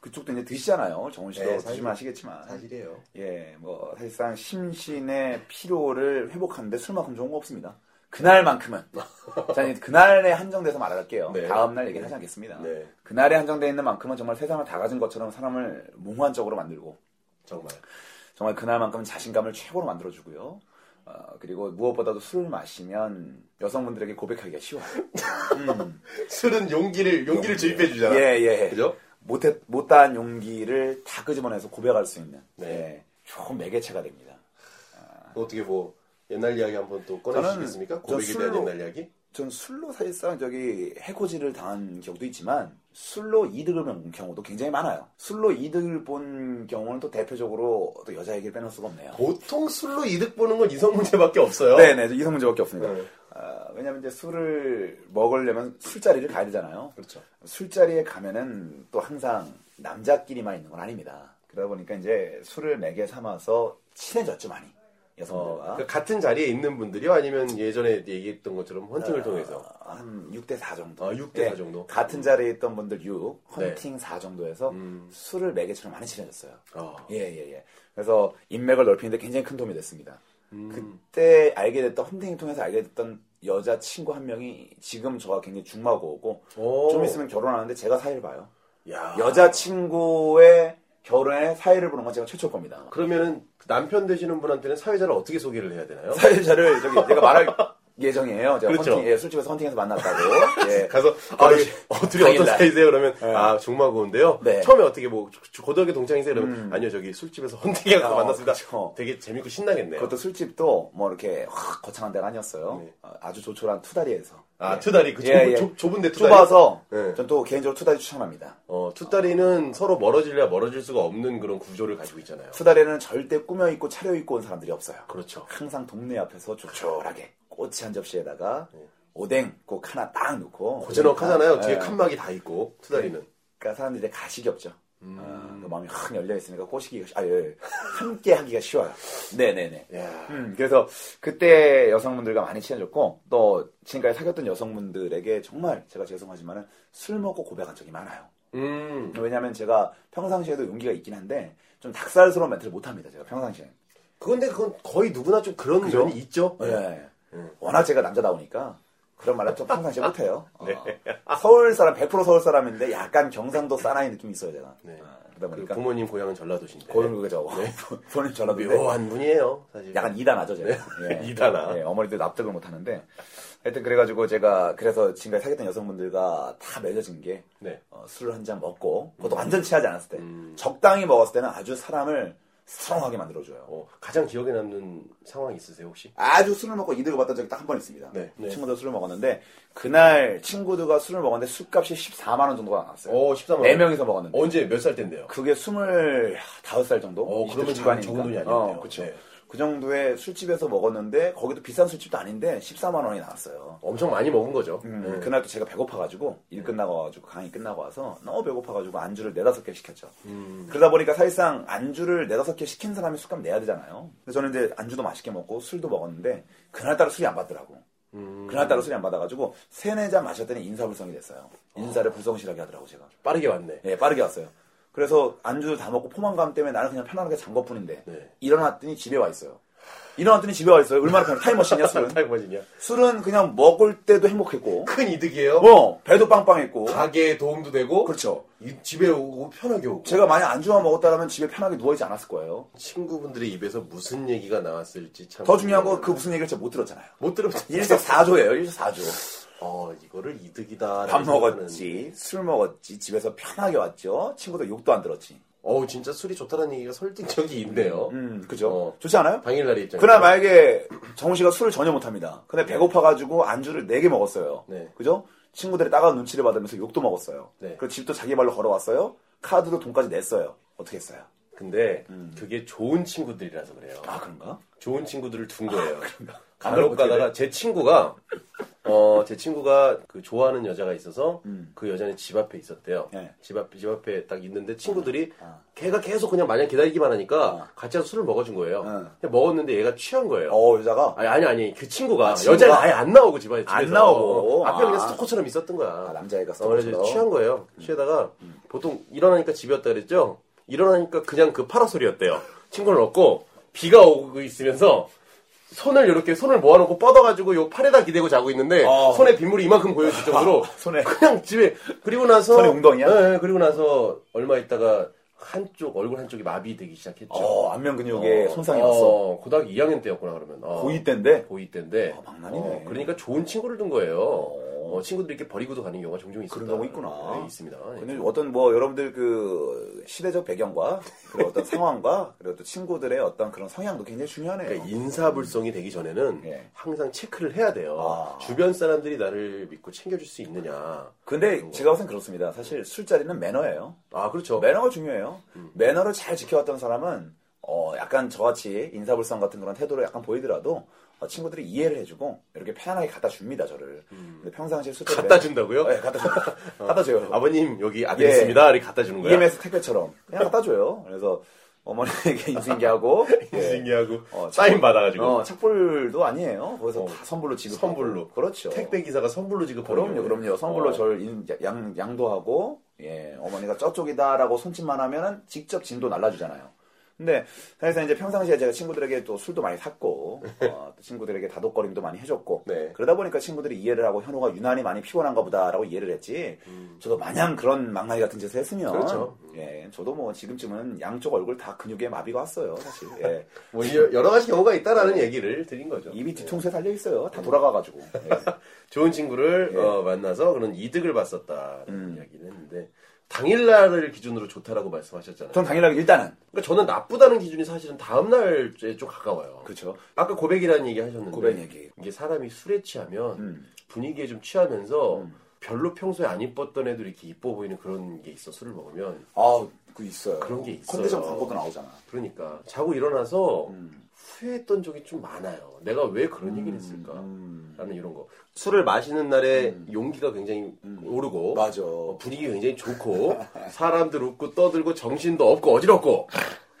A: 그쪽도 이제 드시잖아요. 정훈 씨도
B: 네, 사실-
A: 드시면 아시겠지만.
B: 사실이에요.
A: 예, 뭐 사실상 심신의 피로를 회복하는데 술만큼 좋은 거 없습니다. 그날만큼은. 자, 이제 그날에 한정돼서 말할게요.
B: 네.
A: 다음 날 얘기를 하지 않겠습니다.
B: 네.
A: 그날에 한정돼 있는 만큼은 정말 세상을 다 가진 것처럼 사람을 몽환적으로 만들고
B: 정말.
A: 정말 그날만큼 자신감을 최고로 만들어주고요. 어, 그리고 무엇보다도 술을 마시면 여성분들에게 고백하기가 쉬워요.
B: 술은 용기를 용기를 주입해 주잖아.
A: 예, 예.
B: 그죠?
A: 못했, 못다한 용기를 다 끄집어내서 고백할 수 있는
B: 네.
A: 예, 좋은 매개체가 됩니다.
B: 어떻게 뭐 옛날 이야기 한번 또
A: 저는
B: 꺼내주시겠습니까? 고백에
A: 저
B: 대한
A: 술로-
B: 옛날 이야기?
A: 전 술로 사실상 저기 해코지를 당한 기억도 있지만 술로 이득을 본 경우도 굉장히 많아요. 술로 이득을 본 경우는 또 대표적으로 또 여자 얘기를 빼놓을 수가 없네요.
B: 보통 술로 이득 보는 건 이성 문제밖에 없어요.
A: 네네, 저 이성 문제밖에 없습니다.
B: 네.
A: 아, 왜냐면 이제 술을 먹으려면 술자리를 가야 되잖아요.
B: 그렇죠.
A: 술자리에 가면은 또 항상 남자끼리만 있는 건 아닙니다. 그러다 보니까 이제 술을 매개 삼아서 친해졌죠 많이 여성들과.
B: 그러니까 같은 자리에 있는 분들이요? 아니면 예전에 얘기했던 것처럼
A: 아.
B: 헌팅을 통해서?
A: 한 6대 4 정도. 예,
B: 아, 6대 4 정도? 음.
A: 같은 자리에 있던 분들 6,
B: 네. 음.
A: 헌팅 4 정도에서 술을 네 매개처럼 많이 친해졌어요.
B: 아.
A: 예, 예, 예. 그래서 인맥을 넓히는데 굉장히 큰 도움이 됐습니다.
B: 음.
A: 그때 알게 됐던, 헌팅을 통해서 알게 됐던 여자친구 한 명이 지금 저와 굉장히 중마고고,
B: 오.
A: 좀 있으면 결혼하는데 제가 사이를 봐요.
B: 야.
A: 여자친구의 결혼에 사이를 보는 건 제가 최초일 겁니다.
B: 그러면은 남편 되시는 분한테는 사회자를 어떻게 소개를 해야 되나요?
A: 사회자를 저기 제가 말할 예정이에요. 제가
B: 그렇죠.
A: 헌팅, 예, 술집에서 헌팅해서 만났다고. 예.
B: 가서 아,
A: 결혼식-
B: 예, 어, 둘이 어떤
A: 당일날.
B: 사이세요? 그러면 아 중마고인데요.
A: 네.
B: 처음에 어떻게 뭐 고- 고등학교 동창이세요? 그러면 아니요 저기 술집에서 헌팅해 가서
A: 어,
B: 만났습니다.
A: 그쵸.
B: 되게 재밌고 신나겠네요.
A: 그것도 술집도 뭐 이렇게 확 거창한 데가 아니었어요.
B: 예. 네.
A: 어, 아주 조촐한 투다리에서.
B: 아 투다리 그 좁은, 좁, 좁은데 투다리
A: 예, 좁아서
B: 네.
A: 전 또 개인적으로 투다리 추천합니다.
B: 어 투다리는 서로 멀어질래야 멀어질 수가 없는 그런 구조를 가지고 있잖아요.
A: 투다리는 절대 꾸며 입고 차려 입고 온 사람들이 없어요.
B: 그렇죠.
A: 항상 동네 앞에서 조촐하게 꼬치 한 접시에다가 오뎅 꼭 하나 딱 넣고
B: 네. 고즈넉하잖아요. 뒤에
A: 네.
B: 칸막이 다 있고 투다리는
A: 그러니까 사람들이 이제 가식이 없죠. 어, 그 마음이 확 열려 있으니까 꼬시기가 쉬- 아 예, 예. 함께 하기가 쉬워요. 네네네.
B: 야.
A: 음, 그래서 그때 여성분들과 많이 친해졌고 또 지금까지 사귀었던 여성분들에게 정말 제가 죄송하지만 술 먹고 고백한 적이 많아요.
B: 음
A: 왜냐하면 제가 평상시에도 용기가 있긴 한데 좀 닭살스러운 멘트를 못합니다. 제가 평상시에.
B: 그건데 그건 거의 누구나 좀 그런 면이 있죠.
A: 예.
B: 음.
A: 워낙 제가 남자다우니까 그런 말을 좀 평상시에 못해요.
B: 네.
A: 어, 서울 사람 100% 서울 사람인데 약간 경상도 사나이 느낌이 있어요 제가.
B: 네.
A: 어, 그러다
B: 그 네.
A: 보니까
B: 부모님 고향은 전라도신데
A: 고른 그죠. 본인 전화도
B: 묘한 분이에요. 사실
A: 약간 이단하죠, 제가.
B: 네, 이단아.
A: 예, 어머니들 납득을 못 하는데. 하여튼 그래가지고 제가 그래서 지금까지 사귀었던 여성분들과 다 맺어진 게
B: 네.
A: 어, 술을 한 잔 먹고
B: 음.
A: 그것도 완전 취하지 않았을 때 적당히 먹었을 때는 아주 사람을 스트롱하게 만들어줘요.
B: 어, 가장 기억에 남는 상황 있으세요 혹시?
A: 아주 술을 먹고 이득을 봤던 적이 딱 한 번 있습니다.
B: 네. 네.
A: 친구들 술을 먹었는데 그날 친구들과 술을 먹었는데 술값이 14만 원 정도가 나왔어요.
B: 오, 14만 원.
A: 네 명이서 먹었는데
B: 언제 몇 살 때인데요?
A: 그게 25살 정도?
B: 어,
A: 이십 대
B: 그러면
A: 중반이니까.
B: 적은 돈이 아니네요.
A: 어, 그쵸.
B: 네.
A: 그 정도의 술집에서 먹었는데 거기도 비싼 술집도 아닌데 14만 원이 나왔어요.
B: 엄청 많이 먹은 거죠.
A: 음, 그날도 제가 배고파가지고 일 끝나고 와가지고 강의 끝나고 와서 너무 배고파가지고 안주를 네다섯 개 시켰죠.
B: 음,
A: 그러다 보니까 사실상 안주를 네다섯 개 시킨 사람이 술값 내야 되잖아요. 그래서 저는 이제 안주도 맛있게 먹고 술도 먹었는데 그날따라 술이 안 받더라고.
B: 음.
A: 그날따라 술이 안 받아가지고 세네 잔 마셨더니 인사불성이 됐어요. 인사를 불성실하게 하더라고 제가.
B: 빠르게 왔네.
A: 예, 빠르게 왔어요. 그래서 안주 다 먹고 포만감 때문에 나는 그냥 편안하게 잔 것뿐인데
B: 네.
A: 일어났더니 집에 와 있어요. 일어났더니 집에 와 있어요. 얼마나 편해? 타임머신이야 술은.
B: 타이머진이야.
A: 술은 그냥 먹을 때도 행복했고,
B: 큰 이득이에요.
A: 어 배도 빵빵했고.
B: 가게에 도움도 되고
A: 그렇죠.
B: 이- 집에 오고 편하게 오고
A: 제가 만약 안주만 먹었다면 집에 편하게 누워 있지 않았을 거예요.
B: 친구분들의 입에서 무슨 얘기가 나왔을지 참
A: 더 중요한 건 그 무슨 얘기를 제가 못 들었잖아요.
B: 못 들으면서
A: 일석사조예요. 일석사조.
B: 어 이거를 이득이다
A: 밥 먹었지, 술 먹었지, 집에서 편하게 왔죠. 친구들 욕도 안 들었지.
B: 어우 진짜 술이 좋다는 얘기가 설득력이 있네요
A: 음, 그죠?
B: 어.
A: 좋지 않아요?
B: 당일날의 입장에서
A: 그날 만약에 정우 씨가 술을 전혀 못합니다. 근데 배고파가지고 안주를 4개 먹었어요.
B: 네.
A: 그죠? 친구들의 따가운 눈치를 받으면서 욕도 먹었어요.
B: 네.
A: 그리고 집도 자기 발로 걸어왔어요. 카드로 돈까지 냈어요. 어떻게 했어요?
B: 근데 그게 좋은 친구들이라서 그래요
A: 아, 그런가?
B: 좋은 친구들을 둔 거예요
A: 간혹
B: 간혹 가다가 제 친구가 어, 제 친구가 그 좋아하는 여자가 있어서 그 여자는 집 앞에 있었대요.
A: 네.
B: 집 앞, 집 앞에 딱 있는데 친구들이 걔가 계속 그냥 마냥 기다리기만 하니까 같이 가서 술을 먹어준 거예요.
A: 네.
B: 근데 먹었는데 얘가 취한 거예요.
A: 어, 여자가?
B: 아니, 아니, 아니. 그 친구가.
A: 친구가?
B: 여자가 아예 안 나오고 집안에.
A: 안
B: 집에서.
A: 나오고.
B: 앞에
A: 아.
B: 그냥 스토커처럼 있었던 거야.
A: 아, 남자애가 음.
B: 어, 그래서
A: 스토커처럼.
B: 취한 거예요. 취하다가 보통 일어나니까 집이었다 그랬죠? 일어나니까 그냥 그 파라솔이었대요. 친구를 얻고 비가 오고 있으면서 손을 이렇게 손을 모아놓고 뻗어가지고 요 팔에다 기대고 자고 있는데
A: 어.
B: 손에 빗물이 이만큼 보여질 정도로
A: 아, 손에.
B: 그냥 집에 그리고 나서
A: 손에 웅덩이야?
B: 예, 예, 그리고 나서 얼마 있다가 한쪽 얼굴 한쪽이 마비되기 시작했죠.
A: 어, 안면 근육에
B: 어,
A: 손상이
B: 어,
A: 났어.
B: 고등학교 2학년 때였구나 그러면. 어.
A: 고이 때인데?
B: 고이 때인데.
A: 아, 막난이네.
B: 어, 그러니까 좋은 친구를 둔 거예요. 어, 친구들이 이렇게 버리고도 가는 경우가 종종 있습니다.
A: 그런 경우 있구나.
B: 네, 있습니다.
A: 근데 어떤 뭐 여러분들 그 시대적 배경과 그리고 어떤 상황과 그리고 또 친구들의 어떤 그런 성향도 굉장히 중요하네요.
B: 그러니까 인사불성이 되기 전에는
A: 예.
B: 항상 체크를 해야 돼요.
A: 아.
B: 주변 사람들이 나를 믿고 챙겨줄 수 있느냐.
A: 근데 제가 봐서는 그렇습니다. 사실 술자리는 매너예요.
B: 아 그렇죠.
A: 매너가 중요해요.
B: 음.
A: 매너를 잘 지켜왔던 사람은 어, 약간 저같이 인사불성 같은 그런 태도를 약간 보이더라도 어, 친구들이 이해를 해주고 이렇게 편안하게 갖다 줍니다 저를. 근데 평상시에 술자리
B: 음. 갖다 준다고요?
A: 네, 갖다 줍니다. 갖다 줘요.
B: 아버님 여기 아들
A: 예.
B: 있습니다. 이렇게 갖다 주는 거야.
A: EMS 택배처럼 그냥 갖다 줘요. 그래서 어머니에게 인수인계하고 예.
B: 인증이하고
A: 어,
B: 사인 받아가지고
A: 어, 착불도 아니에요. 거기서
B: 어.
A: 다 선불로 지급.
B: 선불로.
A: 그렇죠.
B: 택배 기사가 선불로 지급하는 어.
A: 그럼요, 어. 그럼요. 선불로 저를 인- 양, 양도하고, 예, 어머니가 저쪽이다라고 손짓만 하면은 직접 짐도 날라주잖아요. 근데 사실상 이제 평상시에 제가 친구들에게 또 술도 많이 샀고, 어, 또 친구들에게 다독거림도 많이 해줬고,
B: 네.
A: 그러다 보니까 친구들이 이해를 하고 현호가 유난히 많이 피곤한가 보다라고 이해를 했지, 저도 마냥 그런 망나니 같은 짓을 했으면,
B: 그렇죠.
A: 예, 저도 뭐 지금쯤은 양쪽 얼굴 다 근육에 마비가 왔어요, 사실. 예.
B: 뭐 이- 여러 가지 경우가 있다라는 얘기를 드린 거죠.
A: 네.
B: 예.
A: 입이 뒤통수에 달려 있어요. 다 돌아가가지고. 예.
B: 좋은 친구를
A: 예.
B: 어, 만나서 그런 이득을 봤었다라는
A: 음.
B: 이야기를 했는데 당일날을 기준으로 좋다라고 말씀하셨잖아요.
A: 전 당일날 일단은
B: 그러니까 저는 나쁘다는 기준이 사실은 다음날에 좀 가까워요.
A: 그렇죠.
B: 아까 고백이라는 얘기 하셨는데
A: 고백 얘기.
B: 이게 사람이 술에 취하면
A: 음.
B: 분위기에 좀 취하면서 별로 평소에 안 이뻤던 애들이 이렇게 이뻐 보이는 그런 게 있어 술을 먹으면
A: 아, 그 있어요.
B: 그런 게 있어요.
A: 컨디션 광고도 나오잖아.
B: 그러니까 자고 일어나서
A: 음.
B: 후회했던 적이 좀 많아요. 내가 왜 그런 얘기를 했을까?
A: 음.
B: 라는 이런 거. 술을 마시는 날에 용기가 굉장히 오르고
A: 음. 맞아.
B: 어, 분위기 굉장히 좋고 사람들 웃고 떠들고 정신도 없고 어지럽고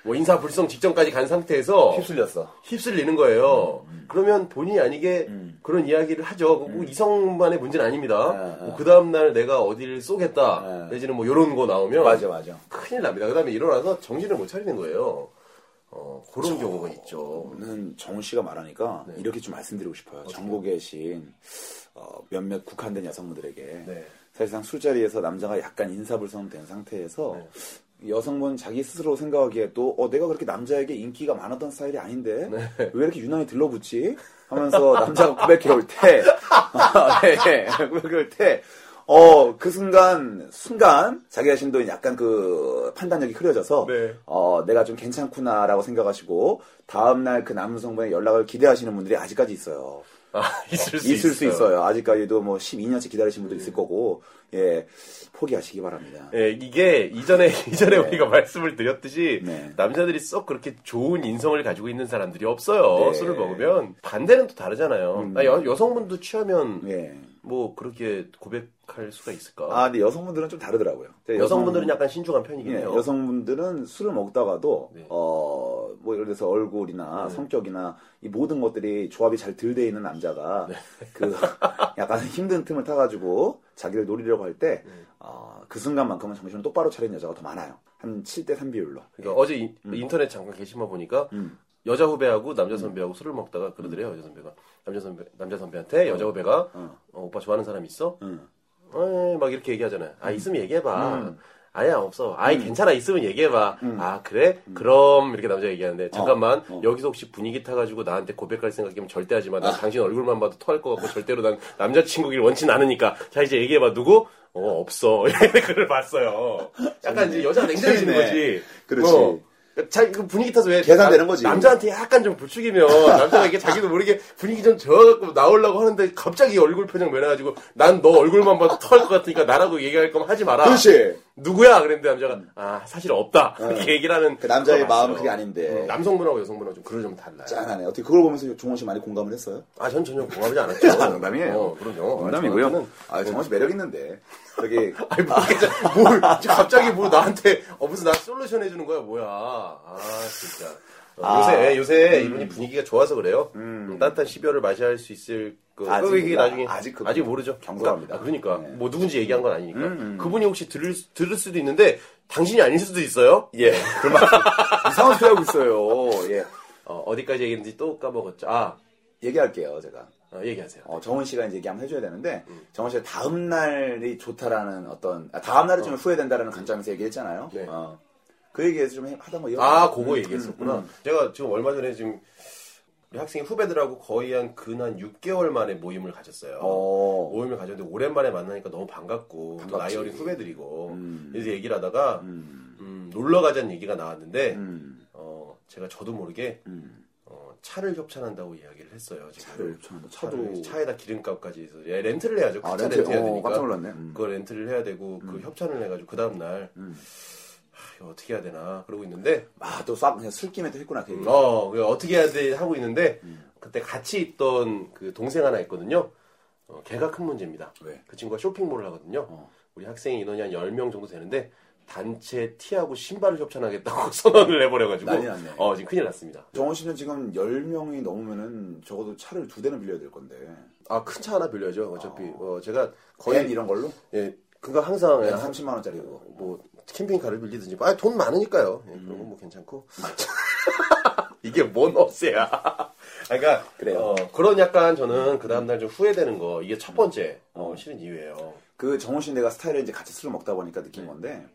B: 뭐 인사 불성 직전까지 간 상태에서
A: 휩쓸렸어.
B: 휩쓸리는 거예요. 그러면 본인이 아니게
A: 음.
B: 그런 이야기를 하죠. 뭐 이성만의 문제는 아닙니다.
A: 아, 아.
B: 그 다음 날 내가 어디를 쏘겠다
A: 아.
B: 내지는 뭐 이런 거 나오면
A: 맞아, 맞아.
B: 큰일 납니다. 그 다음에 일어나서 정신을 못 차리는 거예요. 어, 그런 경우가 있죠.
A: 저는 정훈 씨가 말하니까
B: 네.
A: 이렇게 좀 말씀드리고 싶어요. 전국에 계신 어, 몇몇 국한된 여성분들에게
B: 네.
A: 사실상 술자리에서 남자가 약간 인사불성된 상태에서 여성분 자기 스스로 생각하기에도 어, 내가 그렇게 남자에게 인기가 많았던 스타일이 아닌데 왜 이렇게 유난히 들러붙지? 하면서 남자가 고백해 올 때, 네, 고백해 올 때, 어, 그 순간, 순간, 자기 자신도 약간 그 판단력이 흐려져서,
B: 네.
A: 어, 내가 좀 괜찮구나라고 생각하시고, 다음날 그 남성분의 연락을 기대하시는 분들이 아직까지 있어요.
B: 아, 있을 수
A: 있을 수
B: 있어요.
A: 있어요. 아직까지도 뭐 12년째 기다리신 분도 있을 거고, 예, 포기하시기 바랍니다.
B: 예, 이게 이전에 이전에 우리가 말씀을 드렸듯이
A: 네.
B: 남자들이 썩 그렇게 좋은 인성을 가지고 있는 사람들이 없어요.
A: 네. 음.
B: 술을 먹으면 반대는 또 다르잖아요. 아, 여, 성분도 취하면
A: 예.
B: 뭐 그렇게 고백할 수가 있을까?
A: 아, 근데 여성분들은 좀 다르더라고요. 근데
B: 여성분들은
A: 여성-
B: 약간 신중한 편이긴
A: 예,
B: 해요.
A: 여성분들은 술을 먹다가도
B: 네.
A: 어, 뭐 예를 들어서 얼굴이나 성격이나 이 모든
B: 네.
A: 것들이 조합이 잘 덜 돼 있는 남자가 그 약간 힘든 틈을 타가지고 자기를 노리려고 할 때
B: 네.
A: 그 순간만큼은 정신을 똑바로 차린 여자가 더 많아요. 한 7대 3 비율로.
B: 그러니까 어제 인- 인터넷 잠깐 게시판 보니까
A: 음.
B: 여자 후배하고 남자 선배하고 술을 먹다가 그러더래요 여자 선배가 남자 선배 남자 선배한테 여자 후배가
A: 어.
B: 어, 오빠 좋아하는 사람 있어?
A: 음.
B: 에이, 막 이렇게 얘기하잖아요. 아 있으면 얘기해봐. 아야 없어.
A: 음.
B: 아이 괜찮아 있으면 얘기해봐. 아 그래? 그럼 이렇게 남자 가
A: 어.
B: 얘기하는데 잠깐만 여기서 혹시 분위기 타가지고 나한테 고백할 생각이면 절대 하지 마. 난
A: 아.
B: 당신 얼굴만 봐도 토할 것 같고 절대로 난 남자친구길 원치 는 않으니까. 자 이제 얘기해봐. 누구? 어 없어. 이렇게 글을 봤어요. 약간 이제 여자 냉정해지는
A: 재밌네.
B: 거지.
A: 그렇지.
B: 어. 자기 그 분위기 타서 왜
A: 계산되는
B: 남-
A: 거지.
B: 남자한테 약간 좀 부추기면 남자가 이게 자기도 모르게 분위기 좀 저어갖고 나오려고 하는데 갑자기 얼굴 표정 변해가지고 난 너 얼굴만 봐도 토할 것 같으니까 나라고 얘기할 거면 하지 마라.
A: 그렇지.
B: 누구야? 그랬는데 남자가 아 사실 없다 이렇게 얘기를 하는
A: 그 남자의
B: 거 봤어요.
A: 마음은 그게 아닌데.
B: 음, 남성분하고 여성분하고 좀 그런 좀 달라요.
A: 짠하네. 어떻게 그걸 보면서 종원 씨 많이 공감을 했어요?
B: 아 전 전혀 공감하지 않았죠.
A: 아, 농담이에요.
B: 어, 그럼요. 아, 저는-
A: 아, 정원 씨 매력 있는데. 저기
B: 아니 모르겠잖아. 뭘 갑자기 뭘 나한테 어 무슨 나 솔루션 해주는 거야 뭐야. 아 진짜. 어,
A: 아.
B: 요새 요새 이분이 분위기가 좋아서 그래요. 음, 따뜻한 12월을 맞이할 수 있을 그
A: 아직
B: 그게
A: 몰라.
B: 나중에
A: 아직
B: 아직,
A: 그건
B: 모르죠.
A: 경솔합니다.
B: 그러니까, 아, 그러니까.
A: 네. 음.
B: 뭐 누군지 얘기한 건 아니니까. 그분이 혹시 들을 수- 들을 수도 있는데 당신이 아닐 수도 있어요.
A: 예. 그런 말 이상한 소리 하고 있어요. 예.
B: 어, 어디까지 얘기했는지 또 까먹었죠. 아
A: 얘기할게요, 제가.
B: 어, 얘기하세요.
A: 어, 정원 씨가 이제 얘기 한번 해줘야 되는데, 정원 씨가 다음 날이 좋다라는 어떤, 아, 다음 날이 좀 후회된다라는 관점에서 얘기했잖아요.
B: 네.
A: 어. 그 얘기에서 좀 해- 하다 뭐 이런.
B: 아, 그거
A: 음,
B: 얘기했었구나. 제가 지금 얼마 전에 지금 우리 학생 후배들하고 거의 한 근 한 6개월 만에 모임을 가졌어요.
A: 어.
B: 모임을 가졌는데 오랜만에 만나니까 너무 반갑고 또 나이
A: 반갑지.
B: 어린 후배들이고
A: 음.
B: 그래서 얘기를 하다가
A: 음,
B: 음, 놀러 가자는 얘기가 나왔는데
A: 음,
B: 어, 제가 저도 모르게
A: 음.
B: 어, 차를 협찬한다고 이야기를 했어요. 지금.
A: 차를 협찬한다. 음. 차도-
B: 차를, 차에다 기름값까지 해서 예, 렌트를 해야죠.
A: 아,
B: 그차
A: 렌트,
B: 렌트해야
A: 어,
B: 되니까.
A: 깜짝 놀랐네. 음.
B: 그거 렌트를 해야 되고 그 협찬을 해가지고 그 다음 날
A: 음.
B: 하, 이거 어떻게 해야 되나 그러고 있는데
A: 아, 또 싹, 그냥 술김에도 했구나, 그 얘기.
B: 어, 그 어떻게 해야 돼 하고 있는데 그때 같이 있던 그 동생 하나 있거든요. 어, 걔가 큰 문제입니다.
A: 왜?
B: 그 친구가 쇼핑몰을 하거든요.
A: 어.
B: 우리 학생 인원이 한 10명 정도 되는데 단체 티하고 신발을 협찬하겠다고 선언을 해버려가지고
A: 난리 났네.
B: 어, 지금 큰일 났습니다.
A: 정원 씨는 지금 10명이 넘으면은 적어도 차를 두 대는 빌려야 될 건데.
B: 아, 큰 차 하나 빌려야죠. 어차피 어, 제가
A: 거의
B: 거의
A: 이런 걸로?
B: 예, 그거 항상 예,
A: 한
B: 한-
A: 30만원짜리고.
B: 뭐 캠핑카를 빌리든지 아 돈 많으니까요 예, 그런
A: 음.
B: 건 뭐 괜찮고 이게 뭔 업세야 그러니까
A: 그래요.
B: 어, 그런 약간 저는 그 다음날 좀 후회되는 거 이게 첫 번째 어,
A: 음.
B: 싫은 이유예요
A: 그 정원 씨 내가 스타일을 이제 같이 술을 먹다 보니까 느낀
B: 네.
A: 건데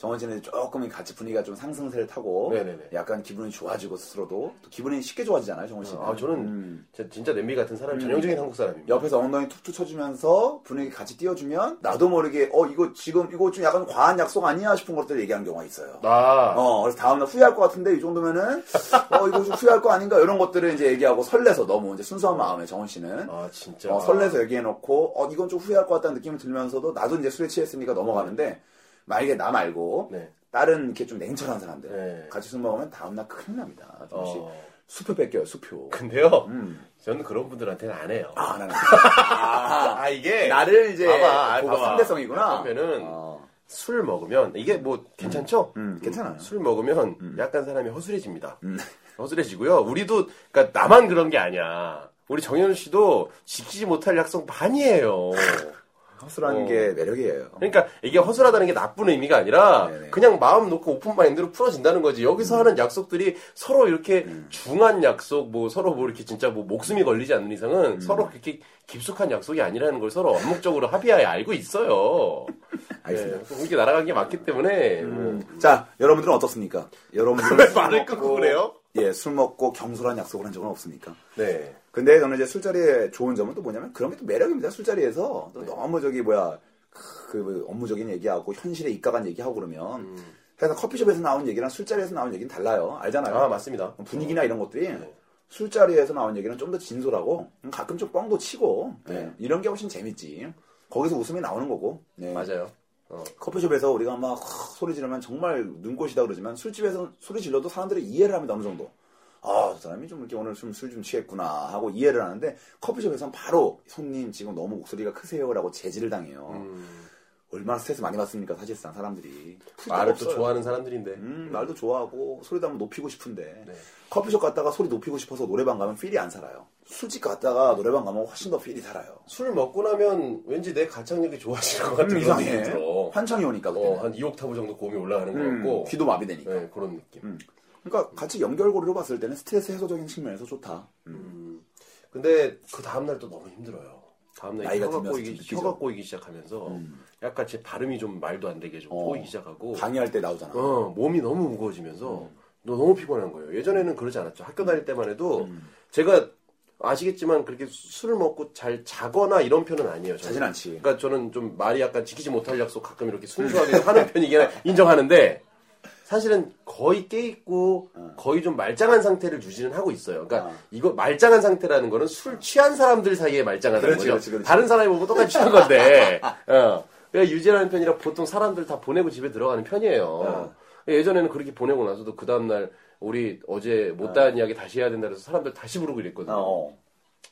A: 정원 씨는 조금 같이 분위기가 좀 상승세를 타고
B: 네네네.
A: 약간 기분이 좋아지고 스스로도 또 기분이 쉽게 좋아지잖아요 정원 씨는
B: 아 저는
A: 음.
B: 진- 진짜 냄비 같은 사람 이 전형적인 한국 사람입니다
A: 옆에서 엉덩이 툭툭 쳐주면서 분위기 같이 띄워주면 나도 모르게 어 이거 지금 이거 좀 약간 과한 약속 아니야 싶은 것들 얘기한 경우가 있어요
B: 아
A: 어 그래서 다음날 후회할 것 같은데 이 정도면은 어 이거 좀 후회할 거 아닌가 이런 것들을 이제 얘기하고 설레서 너무 이제 순수한 마음에 정원 씨는
B: 아, 진짜
A: 어, 설레서 얘기해놓고 어 이건 좀 후회할 것 같다는 느낌이 들면서도 나도 이제 술에 취했으니까 넘어가는데 만약에 나 말고
B: 네.
A: 다른 이렇게 좀 냉철한 사람들
B: 네.
A: 같이 술 먹으면 다음날 큰일 납니다. 정신.
B: 어, 그
A: 수표 뺏겨요 수표.
B: 근데요
A: 음.
B: 저는 그런 분들한테는 안 해요
A: 아 나는
B: 아, 이게
A: 나를 이제
B: 봐봐, 아,
A: 보고
B: 봐봐.
A: 상대성이구나.
B: 그러면은
A: 어,
B: 술 먹으면 이게 뭐 괜찮죠?
A: 음, 괜찮아요. 음.
B: 술 먹으면 약간 사람이 허술해집니다. 허술해지고요. 우리도 그러니까 나만 그런 게 아니야. 우리 정현우 씨도 지키지 못할 약속 많이 해요.
A: 허술한
B: 어.
A: 게 매력이에요.
B: 그러니까 이게 허술하다는 게 나쁜 의미가 아니라
A: 네네. 음.
B: 그냥 마음 놓고 오픈 마인드로 풀어진다는 거지. 여기서 하는 약속들이 서로 이렇게 중한 약속, 뭐 서로 뭐 이렇게 진짜 뭐 목숨이 걸리지 않는 이상은
A: 음.
B: 서로 그렇게 깊숙한 약속이 아니라는 걸 서로 암묵적으로 합의하에 알고 있어요.
A: 알겠습니다. 음.
B: 네, 이게 날아간 게 맞기 때문에 뭐
A: 자 여러분들은 어떻습니까? 여러분들은
B: 왜
A: 술
B: 말을
A: 먹고-
B: 끊고 그래요?
A: 예, 술 먹고 경솔한 약속을 한 적은 없습니까?
B: 네.
A: 근데 저는 이제 술자리에 좋은 점은 또 뭐냐면 그런 게 또 매력입니다. 술자리에서
B: 네.
A: 또 너무 저기 뭐야 그, 뭐 업무적인 얘기하고 현실에 입각한 얘기하고 그러면
B: 음.
A: 그래서 커피숍에서 나온 얘기랑 술자리에서 나온 얘기는 달라요. 알잖아요.
B: 아, 네. 맞습니다.
A: 음, 분위기나 이런 것들이 술자리에서 나온 얘기는 좀 더 진솔하고 가끔 좀 뻥도 치고
B: 네.
A: 예, 이런 게 훨씬 재밌지. 거기서 웃음이 나오는 거고. 네.
B: 맞아요.
A: 커피숍에서 우리가 막 헉, 소리 지르면 정말 눈꽃이다 그러지만 술집에서 소리 질러도 사람들이 이해를 합니다 어느 정도. 아, 저 사람이 좀 이렇게 오늘 좀 술 좀 취했구나 하고 이해를 음. 하는데 커피숍에서는 바로 손님 지금 너무 목소리가 크세요라고 제지를 당해요. 얼마나 스트레스 많이 받습니까 사실상 사람들이
B: 음. 말을 또
A: 없어요.
B: 좋아하는 사람들인데.
A: 음, 말도 좋아하고 소리도 한번 높이고 싶은데
B: 네.
A: 커피숍 갔다가 소리 높이고 싶어서 노래방 가면 필이 안 살아요 술집 갔다가 노래방 가면 훨씬 더 필이 살아요
B: 술 먹고 나면 왠지 내 가창력이 좋아질 것
A: 음,
B: 같은 그런
A: 이상해
B: 느낌이 들어.
A: 환청이 오니까
B: 어,
A: 그때는
B: 한 2옥타브 정도 고음이 올라가는 것
A: 음,
B: 같고.
A: 귀도 마비되니까
B: 네, 그런 느낌.
A: 음. 그러니까 같이 연결고리로 봤을 때는 스트레스 해소적인 측면에서 좋다 음.
B: 음. 근데 그 다음날 또 너무 힘들어요. 다음날
A: 나이가
B: 이게 혀가
A: 들면서 좀
B: 꼬이기,
A: 느끼죠.
B: 혀가 꼬이기 시작하면서
A: 음.
B: 약간 제 발음이 좀 말도 안 되게 좀
A: 어.
B: 꼬이기 시작하고
A: 방해할 때 나오잖아
B: 어, 몸이 너무 무거워지면서
A: 음.
B: 너- 너무 피곤한 거예요. 예전에는 그러지 않았죠. 학교 다닐 때만 해도
A: 음.
B: 제가 아시겠지만 그렇게 술을 먹고 잘 자거나 이런 편은 아니에요. 저는.
A: 자진 않지
B: 그러니까 저는 좀 말이 약간 지키지 못할 약속 가끔 이렇게 순수하게 하는 편이긴 하- 인정하는데 사실은 거의 깨 있고 거의 좀 말짱한 상태를 유지는 하고 있어요. 그러니까
A: 어.
B: 이거 말짱한 상태라는 거는 술 취한 사람들 사이에 말짱하다는
A: 그렇지,
B: 거죠.
A: 그렇지, 그렇지.
B: 다른 사람이 보고 똑같이 취한 건데. 어. 내가 유지하는 편이라 보통 사람들 다 보내고 집에 들어가는 편이에요. 예전에는 그렇게 보내고 나서도 그 다음날 우리 어제 못다한 이야기 다시 해야 된다 그래서 사람들 다시 부르고 이랬거든요.
A: 어.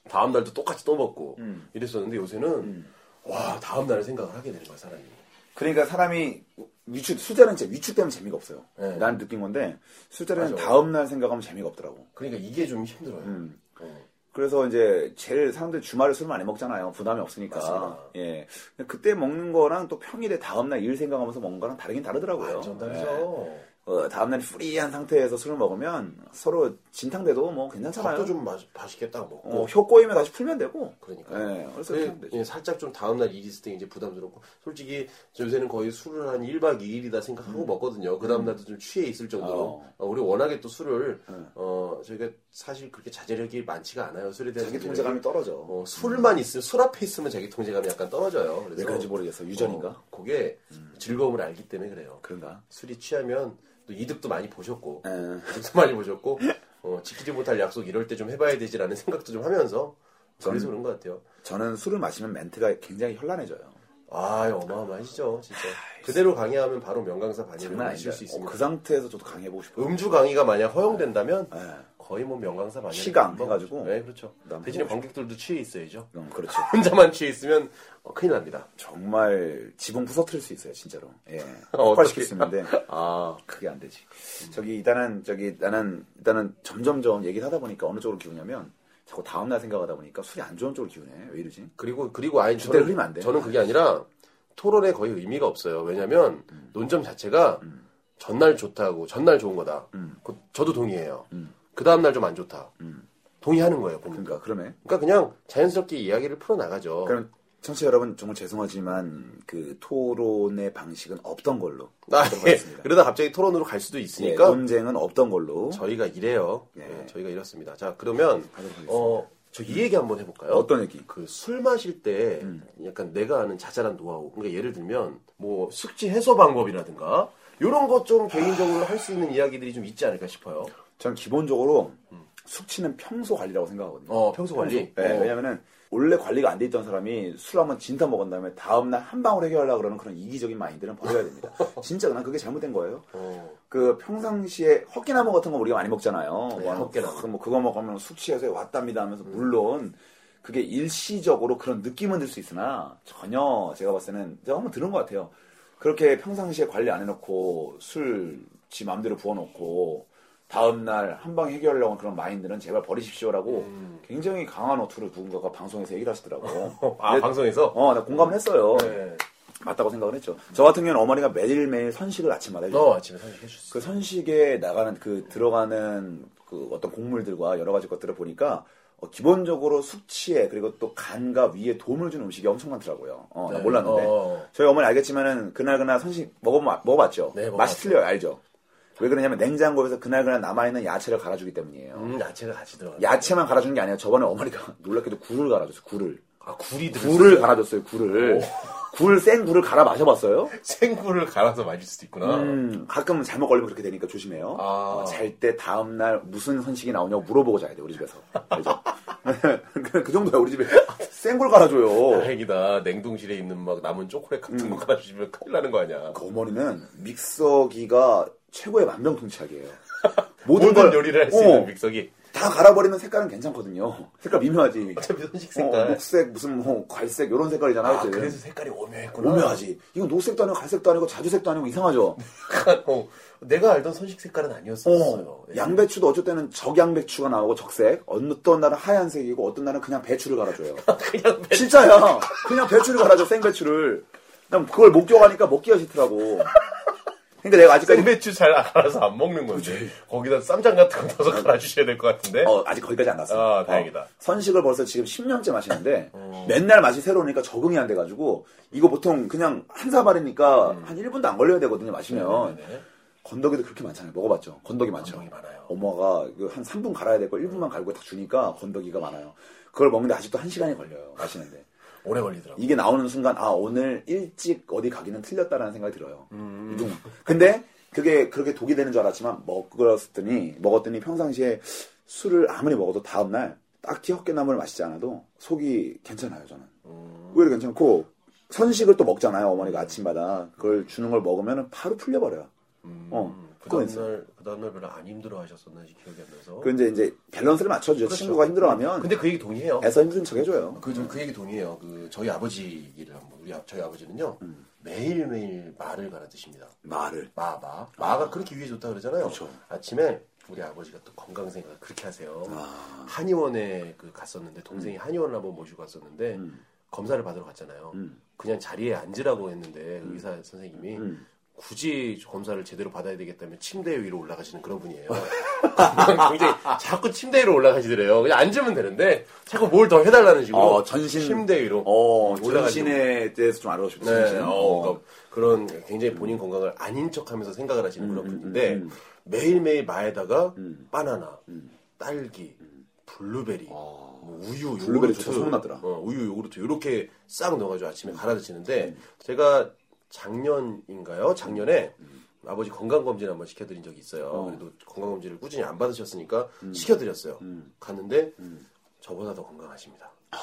B: 다음 날도 똑같이 떠먹고
A: 음.
B: 이랬었는데 요새는 와 다음 날 생각을 하게 되는 거야 사람이.
A: 그러니까 사람이 위축 술자리는 진짜 위축되면 재미가 없어요
B: 네.
A: 난 느낀 건데 술자리는
B: 맞아.
A: 다음날 생각하면 재미가 없더라고
B: 그러니까 이게 좀 힘들어요.
A: 음.
B: 어.
A: 그래서 이제 제일 사람들 주말에 술 많이 먹잖아요. 부담이 없으니까.
B: 맞습니다.
A: 예. 근데 그때 먹는 거랑 또 평일에 다음날 일 생각하면서 먹는 거랑 다르긴 다르더라고요.
B: 완전
A: 예.
B: 다르죠.
A: 어, 다음날 프리한 상태에서 술을 먹으면 서로 진탕돼도 뭐 괜찮잖아요.
B: 밥도 좀 마, 맛있겠다 먹고.
A: 어, 혀 꼬이면 다시 풀면 되고.
B: 그러니까.
A: 예. 그래서
B: 그,
A: 그냥 되죠.
B: 예, 살짝 좀 다음날 일이 있을 때 이제 부담스럽고 솔직히 저 요새는 거의 술을 한 1박 2일이다 생각하고 먹거든요. 그 다음날도 좀 취해 있을 정도로
A: 음. 어.
B: 어, 우리 워낙에 또 술을
A: 음.
B: 어, 저희가 사실 그렇게 자제력이 많지가 않아요. 술에 대한
A: 자기
B: 자제력이.
A: 통제감이 떨어져. 뭐
B: 어, 술만 있으면 술 앞에 있으면 자기 통제감이 약간 떨어져요. 그래서
A: 왜 그런지 모르겠어. 유전인가? 음.
B: 어, 그게 즐거움을 알기 때문에 그래요.
A: 그런가?
B: 술이 취하면 또 이득도 많이 보셨고
A: 예.
B: 이득도 많이 보셨고 어, 지키지 못할 약속 이럴 때 좀 해봐야 되지라는 생각도 좀 하면서 그래서 그런 것 같아요.
A: 저는 술을 마시면 멘트가 굉장히 현란해져요.
B: 아 어마어마하시죠 진짜 그대로 강의하면 바로 명강사 반열을
A: 아, 장난 아니죠.
B: 하실 수 있습니다.
A: 그 상태에서 저도 강해보고 싶어요.
B: 음주 강의가 만약 허용된다면
A: 예.
B: 거의 뭐 명강사 반열
A: 시강 해가지고.
B: 네 그렇죠.
A: 그다음에
B: 대신에
A: 해보고
B: 관객들도 취해 있어야죠.
A: 음, 그렇죠.
B: 혼자만 취해 있으면 어, 큰일 납니다.
A: 정말 지붕 부서뜨릴 수 있어요, 진짜로. 예.
B: 어떡해.
A: 폭발시킬 수 있는데 어,
B: 아
A: 그게 안 되지. 저기 일단은 저기 나는 일단은 점점점 얘기를 하다 보니까 어느 쪽으로 기우냐면 자꾸 다음 날 생각하다 보니까 술이 안 좋은 쪽으로 기우네. 왜 이러지?
B: 그리고 그리고 아예
A: 주제를
B: 저는
A: 흐리면 안 돼요.
B: 저는 그게 아니라 토론에 거의 의미가 없어요. 왜냐하면
A: 음.
B: 논점 자체가 전날 좋다고 전날 좋은 거다.
A: 음.
B: 그- 저도 동의해요. 그 다음 날 좀 안 좋다. 동의하는 거예요. 보니까.
A: 그러니까 그러네. 그러니까
B: 그러니까 그냥 자연스럽게 이야기를 풀어 나가죠.
A: 그럼 청취자 여러분 정말 죄송하지만 그 토론의 방식은 없던 걸로.
B: 아,
A: 하도록
B: 예.
A: 하겠습니다.
B: 그러다 갑자기 토론으로 갈 수도
A: 예,
B: 있으니까
A: 논쟁은 없던 걸로.
B: 그러니까 저희가 이래요.
A: 네.
B: 예, 저희가 이렇습니다. 자 그러면
A: 하겠습니다.
B: 어저 이 얘기 한번 해볼까요?
A: 어떤 음. 얘기?
B: 그 술 마실 때 약간 내가 아는 자잘한 노하우 그러니까 예를 들면 뭐 숙취 해소 방법이라든가 이런 것 좀 개인적으로 할 수 있는 이야기들이 좀 있지 않을까 싶어요.
A: 전 기본적으로 숙취는 평소 관리라고 생각하거든요.
B: 어 평소 관리.
A: 네,
B: 어.
A: 왜냐면은 원래 관리가 안 돼 있던 사람이 술 한번 진타 먹은 다음에 다음 날 한 방울 해결하려고 그러는 그런 이기적인 마인드는 버려야 됩니다. 진짜 난 그게 잘못된 거예요.
B: 어.
A: 그 평상시에 헛개나무 같은 거 우리가 많이 먹잖아요.
B: 네,
A: 뭐 하나
B: 헛개나무. 음.
A: 뭐 그거 먹으면 숙취해서 왔답니다 하면서 물론 그게 일시적으로 그런 느낌은 들 수 있으나 전혀 제가 봤을 때는 제가 한번 들은 것 같아요. 그렇게 평상시에 관리 안 해놓고 술 지 마음대로 부어놓고 다음날 한 방 해결하려고 하는 그런 마인드는 제발 버리십시오라고
B: 음.
A: 굉장히 강한 어투를 누군가가 방송에서 얘기를 하시더라고.
B: 아
A: 근데-
B: 방송에서.
A: 어, 나 공감을 했어요.
B: 네.
A: 맞다고 생각을 했죠. 저 같은 경우는 어머니가 매일매일 선식을 아침마다 해주셨어요.
B: 너 아침에 사실 해줬어.
A: 그 선식에 나가는 그 들어가는 그 어떤 곡물들과 여러 가지 것들을 보니까 어, 기본적으로 숙취에 그리고 또 간과 위에 도움을 주는 음식이 엄청 많더라고요. 어, 나
B: 네.
A: 몰랐는데
B: 어.
A: 저희 어머니 알겠지만은 그날 그날 선식 아, 먹어보 먹어봤죠.
B: 네, 먹어봤죠.
A: 맛이 틀려요, 알죠? 왜 그러냐면 냉장고에서 그날 그날 남아 있는 야채를 갈아주기 때문이에요.
B: 음, 야채가 같이 들어가.
A: 야채만 갈아주는 게 아니에요. 저번에 어머니가 놀랍게도 굴을 갈아줬어요. 굴을
B: 아 굴이 들어.
A: 굴을 갈아줬어요. 굴을 굴 생 굴을 갈아 마셔봤어요?
B: 생굴을 갈아서 마실 수도 있구나.
A: 음, 가끔 잘못 걸리면 그렇게 되니까 조심해요.
B: 아.
A: 잘 때 다음날 무슨 선식이 나오냐고 물어보고 자야 돼, 우리 집에서. 알죠? 그, 그 정도야, 우리 집에. 센걸 갈아줘요.
B: 다행이다. 냉동실에 있는 막 남은 초콜릿 같은
A: 음.
B: 거 갈아주시면 큰일 나는 거 아니야.
A: 그 어머니는 믹서기가 최고의 만병통치약이에요.
B: 모든
A: 걸-
B: 요리를 할 수
A: 어,
B: 있는 믹서기.
A: 다 갈아버리면 색깔은 괜찮거든요. 색깔 미묘하지.
B: 어차피 손식
A: 어,
B: 색깔.
A: 녹색 무슨 뭐 갈색 이런 색깔이잖아.
B: 아,
A: 그치?
B: 그래서 색깔이 오묘했구나.
A: 오묘하지. 이건 녹색도 아니고 갈색도 아니고 자주색도 아니고 이상하죠.
B: 약간, 어, 내가 알던 손식 색깔은 아니었었어요.
A: 어,
B: 예.
A: 양배추도 어쩔 때는 적양배추가 나오고 적색, 어떤 날은 하얀색이고 어떤 날은 그냥 배추를 갈아줘요.
B: 그냥 매-
A: 진짜야. 그냥 배추를 갈아줘 생배추를. 난 그걸 목격하니까 먹기가 싫더라고. 그러니까 내가 아직까지
B: 생배추 잘 알아서 안 먹는 건데 거기다 쌈장 같은 거 넣어서 갈아주셔야 될 것 같은데
A: 어, 아직 거기까지 안 갔어.
B: 아, 다행이다. 어.
A: 선식을 벌써 지금 10년째 마시는데 맨날 맛이 새로우니까 적응이 안 돼가지고 이거 보통 그냥 한 사발이니까
B: 음.
A: 한 1분도 안 걸려야 되거든요
B: 아, 네.
A: 마시면. 건더기도 그렇게 많잖아요. 먹어봤죠. 건더기 많죠.
B: 건더기 많아요.
A: 엄마가 그한 3분 갈아야 될 걸 1분만 갈고 딱 주니까 건더기가 많아요. 그걸 먹는데 아직도 1시간이 걸려요. 마시는데.
B: 오래 걸리더라고.
A: 이게 나오는 순간 아 오늘 일찍 어디 가기는 틀렸다라는 생각이 들어요.
B: 음.
A: 이동. 근데 그게 그렇게 독이 되는 줄 알았지만 먹었더니 먹었더니 평상시에 술을 아무리 먹어도 다음 날 딱히 헛개나물을 마시지 않아도 속이 괜찮아요 저는.
B: 음.
A: 오히려 괜찮고 선식을 또 먹잖아요 어머니가 아침마다 그걸 주는 걸 먹으면 바로 풀려버려요. 어,
B: 그
A: 그건 있어요.
B: 다음날 그 다음날 별로 안 힘들어 하셨었는지 기억이 안 나서.
A: 그 이제 이제 밸런스를 맞춰주죠.
B: 그렇죠.
A: 친구가 힘들어하면
B: 근데 그 얘기 동의해요.
A: 애써 힘든 척 해줘요.
B: 그, 좀그 얘기 동의해요. 그 저희 아버지 얘기를 한번 우리 아- 저희 아버지는요 매일 매일 말을 갈아 드십니다.
A: 말을.
B: 마, 마. 마가 그렇게 위에 좋다 그러잖아요.
A: 그렇죠.
B: 아침에 우리 아버지가 또 건강 생각을 그렇게 하세요.
A: 아.
B: 한의원에 그 갔었는데
A: 음.
B: 동생이 한의원을 한번 모시고 갔었는데 검사를 받으러 갔잖아요.
A: 음.
B: 그냥 자리에 앉으라고 했는데 의사 선생님이
A: 음.
B: 굳이 검사를 제대로 받아야 되겠다면 침대 위로 올라가시는 그런 분이에요. 굉장히 자꾸 침대 위로 올라가시더래요. 그냥 앉으면 되는데 자꾸 뭘 더 해달라는 식으로
A: 어, 전신-
B: 침대 위로
A: 어,
B: 올라가시는
A: 전신에 대해서 좀 알아보고 싶어요.
B: 네,
A: 전신.
B: 어, 그러니까 그런 굉장히 본인 건강을 아닌 척하면서 생각을 하시는 그런 분인데 매일매일 마에다가 바나나, 딸기, 블루베리, 뭐 우유, 요구르트,
A: 블루베리 진짜 소문났더라.
B: 어, 우유, 요구르트 이렇게 싹 넣어가지고 아침에 갈아 드시는데
A: 음.
B: 제가 작년인가요? 작년에
A: 음.
B: 아버지 건강검진 한번 시켜드린 적이 있어요. 그래도 건강검진을 꾸준히 안 받으셨으니까
A: 음.
B: 시켜드렸어요. 갔는데 저보다 더 건강하십니다.
A: 아,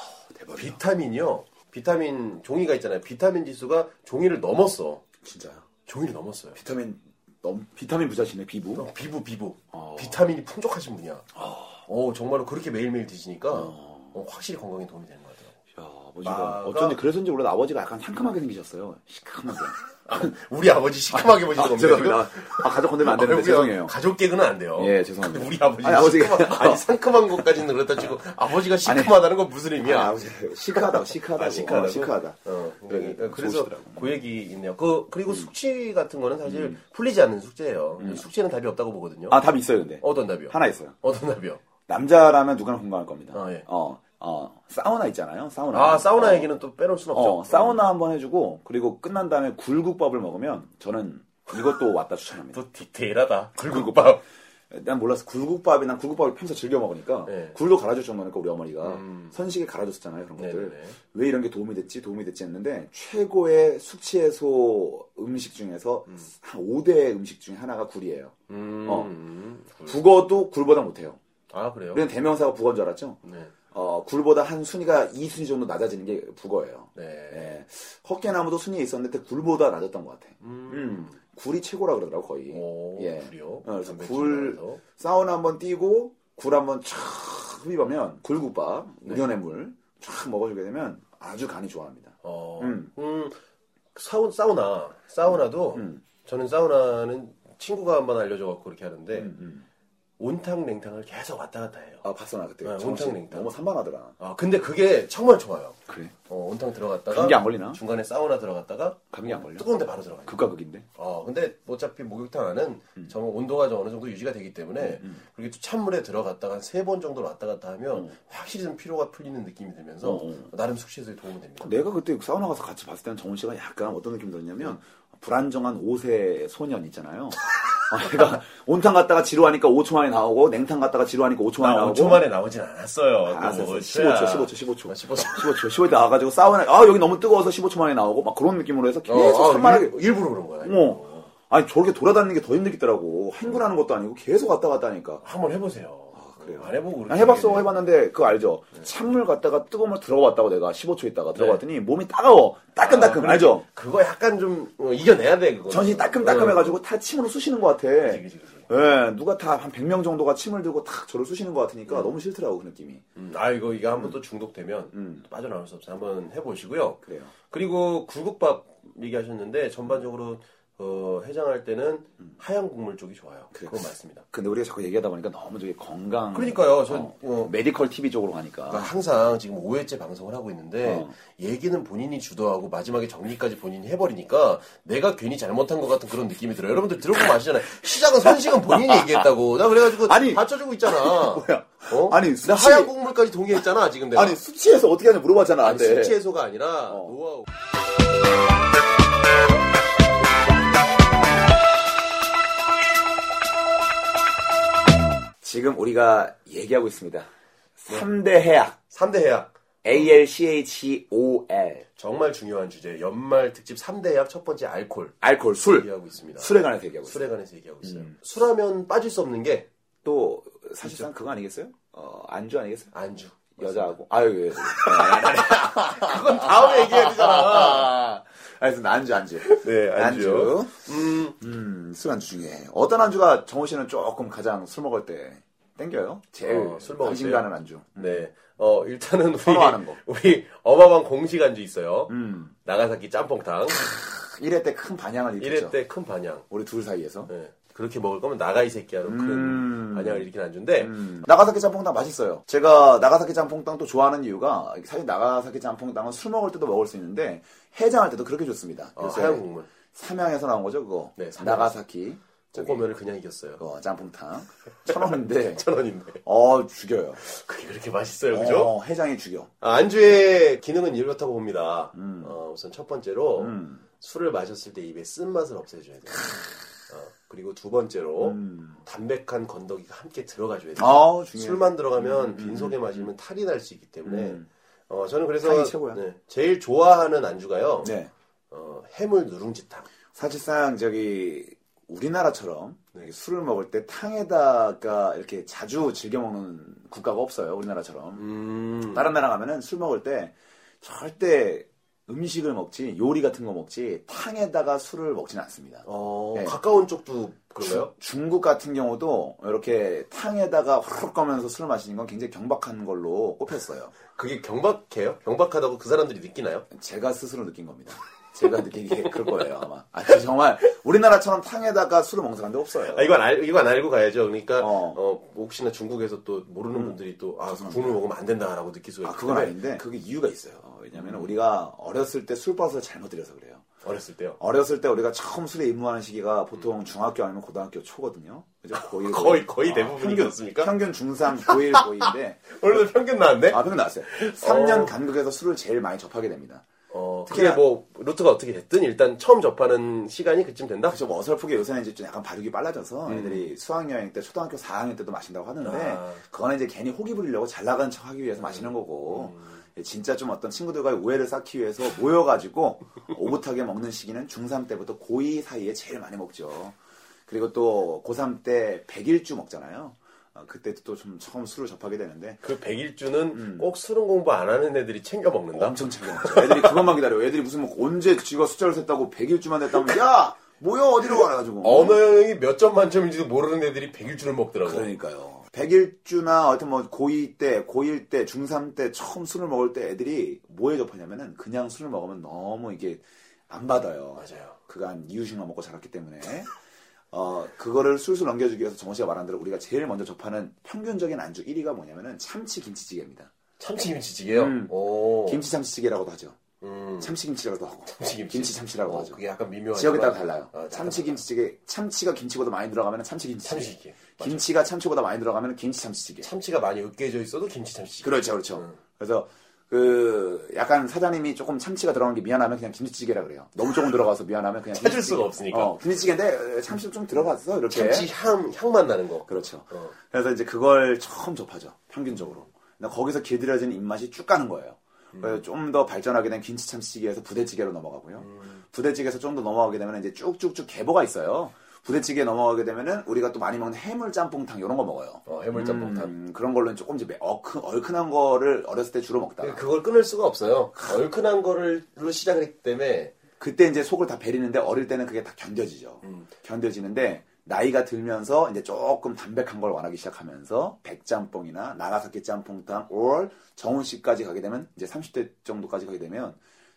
B: 비타민이요. 비타민 종이가 있잖아요. 비타민 지수가 종이를 넘었어.
A: 진짜요?
B: 종이를 넘었어요.
A: 비타민 너무 비타민 아. 부자시네 비부.
B: 어, 비부 비부. 비타민이 풍족하신 분이야. 어, 정말로 그렇게 매일매일 드시니까 어, 확실히 건강에 도움이 되는 것 같아요.
A: 야, 아버지가
B: 마가-
A: 어쩐지 그래서인지 원래 아버지가 약간 상큼하게 생기셨어요. 시큼하게.
B: 우리 아버지 시큼하게 보시는 겁니다.
A: 죄송합니다. 아 가족 건들면 안
B: 지금?
A: 되는데
B: 우리
A: 죄송해요.
B: 가족 개그는 안 돼요.
A: 예, 죄송합니다.
B: 우리 아버지
A: 아니,
B: 아니,
A: 아버지가-
B: 시큼하, 아니 상큼한 것까지는 그렇다 치고 아버지가 시큼하다는 건 무슨 의미야?
A: 아, 아버지 시크하다고 시크하다고.
B: 아, 시크하다고?
A: 어, 시크하다. 예,
B: 어,
A: 그래,
B: 그러니까 그래서
A: 좋으시더라고.
B: 그 얘기 있네요. 그 그리고
A: 음.
B: 숙취 같은 거는 사실 풀리지 않는 숙제예요. 숙제는 답이 없다고 보거든요.
A: 아 답이 있어요 근데.
B: 어떤 답이요?
A: 하나 있어요.
B: 어떤 답이요?
A: 남자라면 누구나 공감할 겁니다.
B: 아, 예.
A: 어, 어, 사우나 있잖아요. 사우나.
B: 아 사우나
A: 어,
B: 얘기는 또 빼놓을 수는 없죠.
A: 어, 사우나 한번 해주고 그리고 끝난 다음에 굴국밥을 먹으면 저는 이것도 왔다 추천합니다.
B: 또 음, 디테일하다. 굴국밥.
A: 난 몰랐어. 굴국밥이 난 굴국밥을 평소 즐겨 먹으니까
B: 네. 음.
A: 굴도 갈아줄 정도니까 우리 어머니가 선식에 갈아줬었잖아요 그런 것들.
B: 네네네.
A: 왜 이런 게 도움이 됐지 도움이 됐지 했는데 최고의 숙취 해소 음식 중에서 한 5대 음식 중에 하나가 굴이에요.
B: 음.
A: 어.
B: 음.
A: 북어도 굴보다 못해요.
B: 아 그래요?
A: 우리는 대명사가 북어인 줄 알았죠.
B: 네.
A: 어, 굴보다 한 순위가 2순위 정도 낮아지는 게 북어예요.
B: 네.
A: 예. 헛개나무도 순위에 있었는데 굴보다 낮았던 것 같아.
B: 음.
A: 음. 굴이 최고라 그러더라고 거의.
B: 오,
A: 예.
B: 굴이요?
A: 어, 그래서
B: 단백질
A: 굴
B: 많아서.
A: 사우나 한번 뛰고 굴 한번 촥 흡입하면 굴국밥
B: 네.
A: 우려낸 물촥 먹어주게 되면 아주 간이 좋아합니다.
B: 어.
A: 음.
B: 음. 사우, 사우나. 사우나도
A: 음.
B: 저는 사우나는 친구가 한번 알려줘갖고 그렇게 하는데
A: 음.
B: 온탕 냉탕을 계속 왔다 갔다 해요.
A: 아 봤어 나 그때
B: 네,
A: 정신
B: 온탕 냉탕.
A: 너무 산만하더라.
B: 아 근데 그게 정말 좋아요.
A: 그래.
B: 어, 온탕 들어갔다가
A: 감기 안 걸리나?
B: 중간에 사우나 들어갔다가
A: 감기 안 걸려? 그
B: 뜨거운데 바로 들어가요.
A: 극과 극인데.
B: 어, 근데 어차피 목욕탕 안은
A: 음.
B: 정말 온도가 좀 어느 정도 유지가 되기 때문에 그리고 또 찬물에 들어갔다가 한 세 번 정도 왔다 갔다 하면 확실히 좀 피로가 풀리는 느낌이 들면서
A: 음. 어,
B: 나름 숙취해소에 도움이 됩니다.
A: 내가 그때 사우나 가서 같이 봤을 때는 정훈 씨가 약간 어떤 느낌 들었냐면 불안정한 5세 소년 있잖아요. 아, 그러니까 온탕 갔다가 지루하니까 5초 만에 나오고 냉탕 갔다가 지루하니까 5초 만에
B: 나
A: 나오고
B: 어, 5초 만에 아, 나오진 않았어요.
A: 아,
B: 또뭐
A: 알았어,
B: 어쩌야.
A: 15초, 15초, 15초.
B: 아, 15초.
A: 15초, 15초 나와가지고 사우나, 아, 여기 너무 뜨거워서 15초 만에 나오고, 막 그런 느낌으로 해서
B: 어,
A: 계속
B: 아,
A: 산만하게. 뭐.
B: 일- 일부러 그런 거야. 일부러.
A: 어. 아니, 저렇게 돌아다니는 게 더 힘들겠더라고. 행군하는 것도 아니고 계속 왔다 갔다 하니까.
B: 한번 해보세요.
A: 그래요.
B: 안 해보고
A: 난
B: 그렇게
A: 해봤어,
B: 얘기해요.
A: 해봤는데 그거 알죠?
B: 네.
A: 찬물 갔다가 뜨거운 물 들어봤다고 내가 15초 있다가 들어봤더니 몸이 따가워, 따끔따끔 알죠?
B: 그거 약간 좀 어, 이겨내야 돼 아, 그거.
A: 전신이 따끔따끔해가지고 다 침으로 쑤시는 것 같아.
B: 그치, 그치, 그치.
A: 예, 누가 다 한 100명 정도가 침을 들고 탁 저를 쑤시는 것
B: 네.
A: 같으니까 너무 싫더라고 그 느낌이.
B: 음, 아 이거 이거 한번 또 중독되면
A: 음.
B: 또 빠져나올 수 없어요. 한번 해보시고요.
A: 그래요.
B: 그리고 굴국밥 얘기하셨는데 전반적으로 어, 해장할 때는 하얀 국물 쪽이 좋아요.
A: 음. 그래.
B: 그건 맞습니다.
A: 근데 우리가 자꾸 얘기하다 보니까 너무 저기 건강.
B: 그러니까요. 전
A: 어,
B: 어,
A: 메디컬 TV 쪽으로 가니까.
B: 그러니까 항상 지금 5회째 방송을 하고 있는데
A: 어.
B: 얘기는 본인이 주도하고 마지막에 정리까지 본인이 해버리니까 내가 괜히 잘못한 것 같은 그런 느낌이 들어요. 여러분들 들어보면 아시잖아요. 시작은 선식은 본인이 얘기했다고. 나 그래가지고
A: 아니.
B: 받쳐주고 있잖아.
A: 뭐야?
B: 어?
A: 아니,
B: 나
A: 수치-
B: 하얀 국물까지 동의했잖아 지금 내가. 어.
A: 아니 수치에서 어떻게 하는지 물어봤잖아.
B: 아니,
A: 나한테.
B: 수치 해소가 아니라 노하우.
A: 지금 우리가 얘기하고 있습니다.
B: 네.
A: 3대 해악.
B: 3대 해약.
A: ALCHOL.
B: 정말 중요한 주제. 연말 특집 3대 해약 첫 번째 알콜.
A: 알코올, 술.
B: 얘기하고 있습니다.
A: 술에 관해서 얘기하고 있어요.
B: 술에 음. 관해서 얘기하고 있어요. 술하면 빠질 수 없는 게
A: 또 사실상 그거 아니겠어요? 어, 안주 아니겠어요?
B: 안주.
A: 여자하고. 아유, 예.
B: 그건 다음에 얘기해야 되잖아.
A: 아, 알겠습니다. 안주, 안주.
B: 네, 안주요. 음,
A: 음, 술 안주 중에. 어떤 안주가 정호 씨는 조금 가장 술 먹을 때 땡겨요? 제일
B: 어, 술 먹을
A: 관심
B: 때요?
A: 가는 안주.
B: 네. 어, 일단은 우리,
A: 선호하는 거.
B: 우리 어마방 공식 안주 있어요.
A: 음,
B: 나가사키 짬뽕탕.
A: 이래 때 큰 반향을
B: 이럴
A: 일으켰죠.
B: 때 큰 반향.
A: 우리 둘 사이에서.
B: 네. 그렇게 먹을 거면 나가 이 새끼야로 큰
A: 음.
B: 반향을 일으킨 안주인데
A: 음, 나가사키 짬뽕탕 맛있어요. 제가 나가사키 짬뽕탕 또 좋아하는 이유가 사실 나가사키 짬뽕탕은 술 먹을 때도 먹을 수 있는데 해장할 때도 그렇게 좋습니다.
B: 어,
A: 그래서
B: 하얀 국물.
A: 삼양에서 나온 거죠 그거.
B: 네, 삼양.
A: 나가사키 저기,
B: 꼬꼬면을 그냥 이겼어요.
A: 그거 짬뽕탕 천 원인데
B: 천 원인데.
A: 어 죽여요.
B: 그게 그렇게 맛있어요, 그죠?
A: 어, 해장이 죽여.
B: 아, 안주의 기능은 이렇다고 봅니다. 어, 우선 첫 번째로
A: 음.
B: 술을 마셨을 때 입에 쓴맛을 없애줘야 돼요. 어, 그리고 두 번째로
A: 음.
B: 담백한 건더기가 함께 들어가줘야 돼요.
A: 아 중요해.
B: 술만
A: 음,
B: 들어가면 빈속에 마시면 탈이 날 수 있기 때문에 어, 저는 그래서
A: 탈이 최고야.
B: 네, 제일 좋아하는 안주가요.
A: 네.
B: 어, 해물 누룽지탕.
A: 사실상 저기 우리나라처럼
B: 네.
A: 이렇게 술을 먹을 때 탕에다가 이렇게 자주 즐겨 먹는 국가가 없어요. 우리나라처럼.
B: 음.
A: 다른 나라 가면은 술 먹을 때 절대 음식을 먹지 요리 같은 거 먹지 탕에다가 술을 먹지는 않습니다.
B: 어,
A: 네.
B: 가까운 쪽도 그런가요?
A: 중국 같은 경우도 이렇게 탕에다가 후룩 거면서 술을 마시는 건 굉장히 경박한 걸로 꼽혔어요.
B: 그게 경박해요? 경박하다고 그 사람들이 느끼나요?
A: 제가 스스로 느낀 겁니다. 제가 느낀 게 그럴 거예요 아마. 아 진짜 정말 우리나라처럼 탕에다가 술을 먹는 사람도 없어요.
B: 아, 이건 알, 이건 알고 가야죠. 그러니까,
A: 어. 음.
B: 어, 혹시나 중국에서 또 모르는 분들이 또, 아, 국물 먹으면 안 된다라고 느낄 수가
A: 아
B: 있기
A: 그건
B: 때문에
A: 아닌데 그게 이유가 있어요. 왜냐하면 우리가 어렸을 때 술 버릇을 잘못 들여서 그래요.
B: 어렸을 때요.
A: 어렸을 때 우리가 처음 술에 입문하는 시기가 보통 중학교 아니면 고등학교 초거든요. 그죠? 거의
B: 음.
A: 뭐 아,
B: 거의, 거의 대부분이
A: 평균,
B: 그렇습니까?
A: 평균 중상 고일 고인데
B: 오늘도 평균 나왔네?
A: 아 평균 나왔어요. 3년
B: 어.
A: 간격에서 술을 제일 많이 접하게 됩니다.
B: 어,
A: 특히나-
B: 그게 뭐, 루트가 어떻게 됐든 일단 처음 접하는 시간이 그쯤 된다?
A: 좀 어설프게 요새는 이제 좀 약간 발육이 빨라져서 애들이 수학여행 때 초등학교 4학년 때도 마신다고 하는데
B: 음. 아. 음.
A: 그거는 이제 괜히 호기 부리려고 잘 나가는 척 하기 위해서 마시는 거고 진짜 좀 어떤 친구들과의 우애를 쌓기 위해서 모여가지고 오붓하게 먹는 시기는 중3 때부터 고2 사이에 제일 많이 먹죠. 그리고 또 고3 때 백일주 먹잖아요. 어, 그때도 또 좀 처음 술을 접하게 되는데
B: 그 백일주는 꼭 수능 공부 안 하는 애들이 챙겨 먹는다?
A: 음. 엄청 챙겨 먹죠. 애들이 그것만 기다려. 요 애들이 무슨 뭐 언제 지가 숫자를 셌다고 백일주만 됐다면 야 모여 어디로 가라 가지고.
B: 언어 영역이 몇 점 만점인지도 모르는 애들이 백일주를 먹더라고.
A: 그러니까요. 백일주나 하여튼 뭐 고2 때, 고1 때, 중3 때 처음 술을 먹을 때 애들이 뭐에 접하냐면은 그냥 술을 먹으면 너무 이게 안 받아요.
B: 맞아요.
A: 그간 이유식만 먹고 자랐기 때문에. 어, 그거를 술술 넘겨주기 위해서 정호 씨가 말한 대로 우리가 제일 먼저 접하는 평균적인 안주 1위가 뭐냐면은 참치 김치찌개입니다.
B: 참치김치찌개요?
A: 음.
B: 오.
A: 김치 참치찌개라고도 하죠.
B: 어. 음.
A: 참치 김치라고도 하고.
B: 참치김치.
A: 김치 참치라고
B: 어,
A: 하죠.
B: 그게 약간 미묘한.
A: 지역에 따라
B: 거야.
A: 달라요.
B: 어,
A: 참치 김치찌개, 참치가 김치보다 많이 들어가면 참치 김치찌개.
B: 참치찌개. 맞아요.
A: 김치가 참치보다 많이 들어가면 김치 참치찌개.
B: 참치가 많이 으깨져 있어도 김치 참치찌개.
A: 그렇죠, 그렇죠. 그래서 그 약간 사장님이 조금 참치가 들어간 게 미안하면 그냥 김치찌개라 그래요. 너무 조금 들어가서 미안하면 그냥
B: 찾을
A: 김치찌개.
B: 수가 없으니까.
A: 어, 김치찌개인데 참치 좀 들어가서 이렇게.
B: 참치 향 향만 나는 거.
A: 그렇죠.
B: 어.
A: 그래서 이제 그걸 처음 접하죠. 평균적으로. 근데 거기서 길들여진 입맛이 쭉 가는 거예요.
B: 음.
A: 좀 더 발전하게 된 김치
B: 음.
A: 참치찌개에서 부대찌개로 넘어가고요. 부대찌개에서 좀 더 넘어가게 되면 이제 쭉쭉쭉 개보가 있어요. 부대찌개 넘어가게 되면은 우리가 또 많이 먹는 해물 짬뽕탕 이런 거 먹어요.
B: 어, 해물짬뽕탕.
A: 음, 그런 걸로는 조금 이제 얼큰, 얼큰한 거를 어렸을 때 주로 먹다가
B: 그걸 끊을 수가 없어요. 얼큰한 거를로 시작을 했기 때문에
A: 그때 이제 속을 다 베리는데 어릴 때는 그게 다 견뎌지죠. 견뎌지는데 나이가 들면서 이제 조금 담백한 걸 원하기 시작하면서 백짬뽕이나 나가사키 짬뽕탕 or 정훈씨까지 가게 되면 이제 30대 정도까지 가게 되면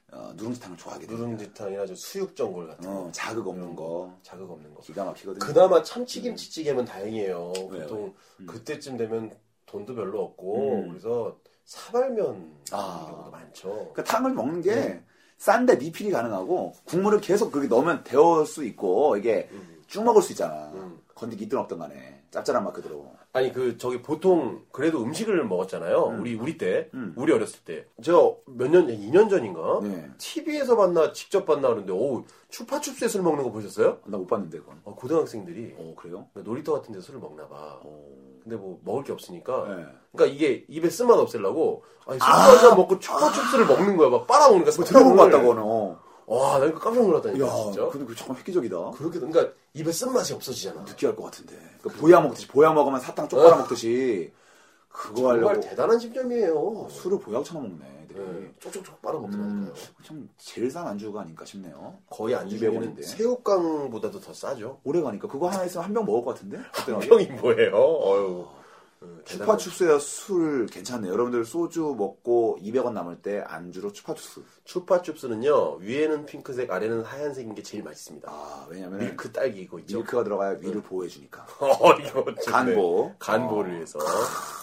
A: 어, 누룽지탕을 좋아하게 돼요.
B: 누룽지탕이나 좀 수육전골 같은 거
A: 어, 자극 없는 거
B: 자극 없는 거.
A: 기가 막히거든요.
B: 그나마 참치김치찌개면 다행이에요.
A: 왜요?
B: 보통 그때쯤 되면 돈도 별로 없고
A: 음.
B: 그래서 사발면
A: 아.
B: 경우도 많죠.
A: 그 탕을 먹는 게 싼데 리필이 가능하고 국물을 계속 거기 넣으면 데울 수 있고 이게 쭉 먹을 수 있잖아. 건더기 있든 없든 간에 짭짤한 맛 그대로.
B: 아니 그 저기 보통 그래도 음식을 먹었잖아요. 우리 우리 때,
A: 음.
B: 우리 어렸을 때. 제가 몇 년 전, 2년 전인가
A: 네.
B: TV에서 봤나 직접 봤나 그러는데 오 추파춥스에 술 먹는 거 보셨어요?
A: 나 못 봤는데 그건.
B: 어, 고등학생들이
A: 어 그래요?
B: 그러니까 놀이터 같은 데 술을 먹나 봐.
A: 어.
B: 근데 뭐 먹을 게 없으니까.
A: 네.
B: 그러니까 이게 입에 쓴맛 없애려고 아니 술한잔 먹고 초코춥스를 먹는 거야. 막 빨아먹으니까
A: 뭐 들어본 것
B: 사탕을.
A: 같다 그거는. 어.
B: 와, 나 이거 깜짝 놀랐다니까
A: 야,
B: 진짜.
A: 근데 그 네. 정말 획기적이다.
B: 그렇게 그러니까 입에 쓴맛이 없어지잖아.
A: 느끼할 것 같은데. 그 보야 먹듯이 보야 먹으면 사탕 쪽팔아 먹듯이 그거
B: 정말
A: 하려고 음.
B: 대단한 심정이에요.
A: 술을 보약처럼 먹네. 애들이.
B: 네, 쪽쪽쪽
A: 음.
B: 빨아먹더라고요.
A: 참 제일 싼 안주가 아닐까 싶네요.
B: 거의 안 주면
A: 200원인데.
B: 새우깡보다도 더 싸죠.
A: 오래 가니까 그거 하나 있으면 한 병 먹을 것 같은데? 어때요?
B: 형이 뭐예요? 네, 어유.
A: 아, 추파춥스야 술 괜찮네요. 여러분들 소주 먹고 200원 남을 때 안주로 추파춥스.
B: 추파춥스는요 위에는 핑크색 아래는 하얀색인 게 제일 맛있습니다.
A: 아 왜냐면 밀크, 네.
B: 밀크 딸기 이거 있죠.
A: 밀크가 들어가야 위를 보호해주니까.
B: 어, 이거 좋네.
A: 간보. 아.
B: 간보를 위해서.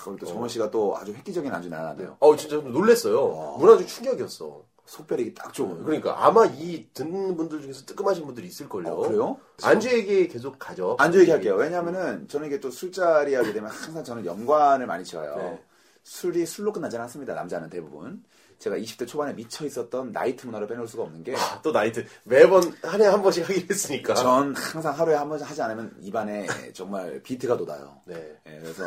A: 그걸 또 정원 씨가 또 아주 획기적인 안주 어. 나왔네요.
B: 어 진짜 좀 놀랬어요.
A: 아.
B: 문화적 충격이었어.
A: 속별이 딱 좋은.
B: 그러니까 아마 이 듣는 분들 중에서 뜨끔하신 분들이 있을걸요.
A: 어, 그래요?
B: 안주 얘기 계속 가죠.
A: 안주 얘기할게요. 왜냐면은 저는 이게 또 술자리 하게 되면 항상 저는 연관을 많이 쳐요.
B: 네.
A: 술이 술로 끝나지 않습니다. 남자는 대부분. 제가 20대 초반에 미쳐 있었던 나이트 문화를 빼놓을 수가 없는 게
B: 아, 또 나이트 매번 한 해 한 번씩 하기로 했으니까.
A: 전 항상 하루에 한 번 하지 않으면 입안에 정말 비트가 돋아요.
B: 네.
A: 예, 그래서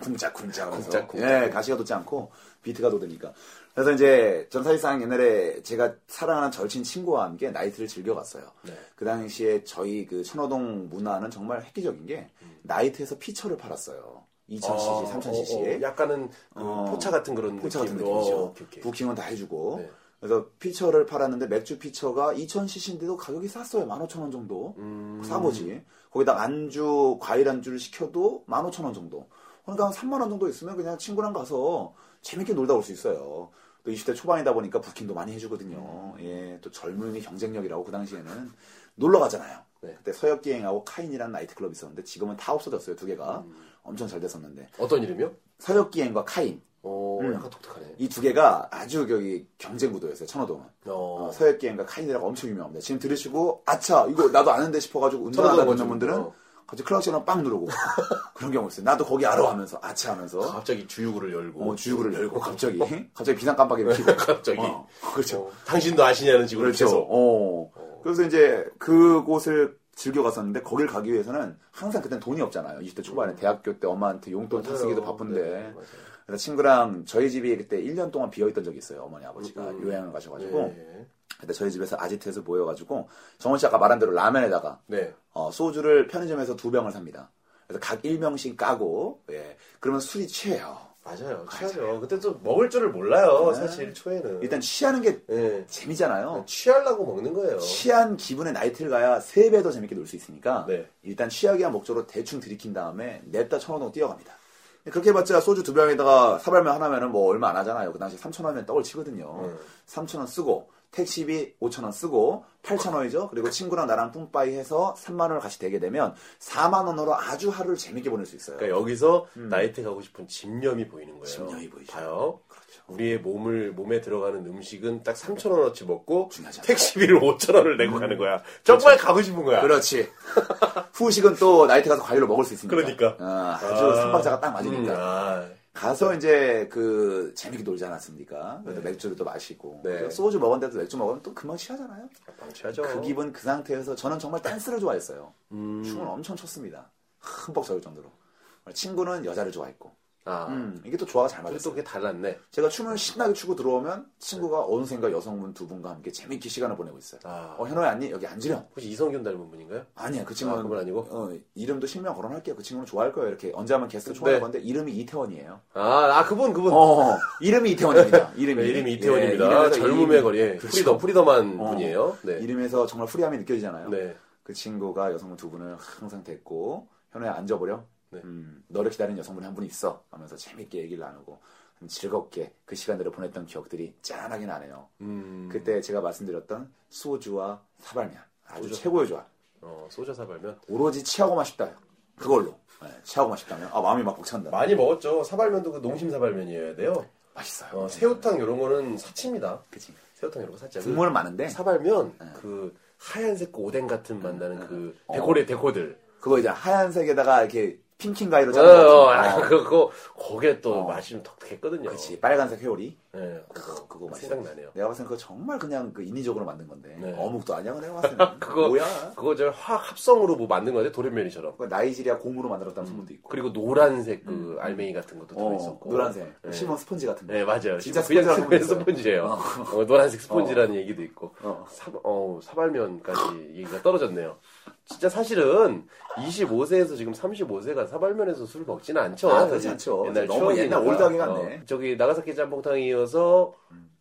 A: 쿵짝쿵짝 하면서
B: 쿵짝쿵짝.
A: 예, 가시가 돋지 않고 비트가 돋으니까. 그래서 이제 전 사실상 옛날에 제가 사랑하는 절친 친구와 함께 나이트를 즐겨갔어요.
B: 네.
A: 그 당시에 저희 그 천호동 문화는 정말 획기적인 게 나이트에서 피처를 팔았어요. 2000cc,
B: 아,
A: 3000cc에.
B: 어, 어, 약간은 그
A: 어,
B: 포차 같은 그런
A: 포차 같은
B: 느낌으로.
A: 느낌이죠.
B: 어, 오케이, 오케이.
A: 부킹은 다 해주고.
B: 네.
A: 그래서 피처를 팔았는데 맥주 피처가 2000cc인데도 가격이 쌌어요. 15,000원 정도.
B: 음.
A: 싸보지. 그 거기다 안주, 과일 안주를 시켜도 15,000원 정도. 그러니까 한 3만원 정도 있으면 그냥 친구랑 가서 재밌게 놀다 올 수 있어요. 또 20대 초반이다 보니까 부킹도 많이 해주거든요. 예, 또 젊은이 경쟁력이라고 그 당시에는 놀러 가잖아요.
B: 네.
A: 그때 서역기행하고 카인이라는 나이트클럽이 있었는데 지금은 다 없어졌어요, 두 개가. 엄청 잘 됐었는데.
B: 어떤 이름이요?
A: 서역기행과 카인.
B: 어,
A: 음.
B: 약간 독특하네.
A: 이 두 개가 아주 여기 경쟁 구도였어요, 천호동은. 아,
B: 어,
A: 서역기행과 카인이라가 엄청 유명합니다. 지금 들으시고, 아차, 이거 나도 아는데 싶어가지고 운전하다
B: 천호동
A: 보는
B: 거죠.
A: 분들은
B: 어.
A: 갑자기 클락션을 빵 누르고 그런 경우 있어요. 나도 거기 알아 하면서 아차 하면서
B: 어, 갑자기 주유구를 열고.
A: 뭐 주유구를 열고 갑자기 갑자기 비상 깜빡이 피고
B: 갑자기.
A: 어, 그렇죠.
B: 어, 당신도 아시냐는 식으로
A: 그렇죠.
B: 계속.
A: 어. 그래서 이제 그곳을 즐겨 갔었는데 거길 가기 위해서는 항상 그땐 돈이 없잖아요. 20대 초반에 대학교 때 엄마한테 용돈 다 쓰기도 바쁜데
B: 음. 네, 맞아요.
A: 그래서 친구랑 저희 집이 그때 1년 동안 비어 있던 적이 있어요. 어머니 아버지가 요양을 가셔가지고
B: 음, 네.
A: 그때 저희 집에서 아지트에서 모여가지고 정원 씨 아까 말한 대로 라면에다가
B: 네.
A: 어, 소주를 편의점에서 두 병을 삽니다. 그래서 각 1명씩 까고, 예. 그러면 술이 취해요. 네.
B: 맞아요. 취하죠. 그때 좀 먹을 줄을 몰라요. 사실 초에는.
A: 일단 취하는 게
B: 예.
A: 재미잖아요.
B: 취하려고 먹는 거예요.
A: 어. 취한 기분에 나이트를 가야 세배더 재밌게 놀 수 있으니까,
B: 네.
A: 일단 취하기 한 목적으로 대충 들이킨 다음에, 냅다 천호동 뛰어갑니다. 그렇게 해봤자 소주 두 병에다가 사발면 하나면은 뭐 얼마 안 하잖아요. 그 당시 3천원이면 떡을
B: 네.
A: 치거든요. 삼 3천원 쓰고, 택시비 5천원 쓰고, 8천원이죠. 그리고 친구랑 나랑 뿜빠이 해서 3만원을 같이 대게 되면 4만원으로 아주 하루를 재밌게 보낼 수 있어요.
B: 그러니까 여기서 나이트 가고 싶은 집념이 보이는 거예요.
A: 음. 집념이 보이죠. 그렇죠.
B: 봐요. 우리의 몸을 몸에 들어가는 음식은 딱 3천 원어치 먹고
A: 중요하지 않아요.
B: 택시비를 5천 원을 내고 가는 거야. 정말 가고 싶은 거야.
A: 그렇지. 후식은 또 나이트 가서 과일로 먹을 수 있으니까.
B: 그러니까.
A: 아, 아주 삼박자가 딱 맞으니까.
B: 음, 아,
A: 가서 이제 그 재밌게 놀지 않았습니까? 그래도 맥주를 또 마시고
B: 네. 어.
A: 그래서 소주 먹었는데도 맥주 먹으면 또 금방 취하잖아요.
B: 방치하죠.
A: 그 기분 그 상태에서 저는 정말 댄스를
B: 음.
A: 좋아했어요. 춤을 엄청 췄습니다. 흠뻑 젖을 정도로. 친구는 여자를 좋아했고
B: 아,
A: 음, 이게 또 조화가 잘
B: 그래도
A: 맞았어요.
B: 또 그게 네. 달랐네.
A: 제가 춤을 신나게 추고 들어오면 친구가 어느샌가 여성분 두 분과 함께 재밌게 시간을 보내고 있어요.
B: 아.
A: 어, 현호야 안니 여기 앉으렴.
B: 혹시 이성균 닮은 분인가요?
A: 아니야 그 친구는
B: 아, 그건 아니고?
A: 어, 이름도 실명 거론할게요. 그 친구는 좋아할 거예요. 이렇게 언제 한번 게스트 초대할
B: 네.
A: 건데 이름이 이태원이에요.
B: 아, 아 그분 그분.
A: 어 이름이 이태원입니다. 이름이
B: 네, 이름이
A: 예,
B: 이태원입니다.
A: 이름에서
B: 젊음의
A: 이름이-
B: 거리. 예.
A: 그렇죠.
B: 프리더 프리더만
A: 어.
B: 분이에요. 네.
A: 이름에서 정말 후리함이 느껴지잖아요.
B: 네.
A: 그 친구가 여성분 두 분을 항상 됐고 현우야 앉아보렴.
B: 네.
A: 음, 너를 기다리는 여성분이 한 분 있어. 하면서 재밌게 얘기를 나누고 즐겁게 그 시간들을 보냈던 기억들이 짠하게 나네요.
B: 음.
A: 그때 제가 말씀드렸던 소주와 사발면 아주
B: 소주.
A: 최고의 조합.
B: 어, 소주 사발면
A: 오로지 치하고만 싶다. 그걸로 네, 치하고만 싶다면 아 마음이 막 벅찬다.
B: 많이 먹었죠. 사발면도 그 농심 사발면이어야 돼요.
A: 맛있어요. 네.
B: 어, 새우탕 이런 거는 사치입니다.
A: 그치.
B: 새우탕 이런 거 사치.
A: 국물은 많은데
B: 사발면
A: 네.
B: 그 하얀색 그 오뎅 같은 맛 나는 그
A: 어.
B: 데코레 데코들.
A: 그거 이제 하얀색에다가 이렇게 핑킹 가위로
B: 어,
A: 짜는 거.
B: 어,
A: 같은 거.
B: 아, 그거 거기에 또
A: 어.
B: 맛이 좀 독특했거든요.
A: 그렇지. 빨간색 회오리.
B: 예,
A: 그거, 그거 맛있어.
B: 생각나네요.
A: 내가 봤을 땐 그거 정말 그냥 그 인위적으로 만든 건데
B: 네.
A: 어묵도 아니야 내가 봤을 땐
B: 그거-
A: 뭐야
B: 그거 저 화학 합성으로 뭐 만든 거같요 도련면이처럼.
A: 그거 나이지리아 고무로 만들었다는 소문도 있고
B: 그리고 노란색 그 알맹이 같은 것도
A: 음. 어,
B: 들어있었고.
A: 노란색
B: 예.
A: 실몬 스펀지 같은 거
B: 네 맞아요.
A: 진짜
B: 진짜 그냥
A: 스펀지라고
B: 스펀지
A: 있어요.
B: 스펀지예요. 어, 노란색 스펀지라는 얘기도 있고
A: 어.
B: 사, 어, 사발면까지 얘기가 떨어졌네요. 진짜 사실은 25세에서 지금 35세가 사발면에서 술 먹지는 않죠.
A: 아, 그렇지 않죠.
B: 옛날
A: 너무
B: 추억이니까.
A: 옛날 올드하게 갔네.
B: 어, 저기 나가사키 짬뽕탕에 이어서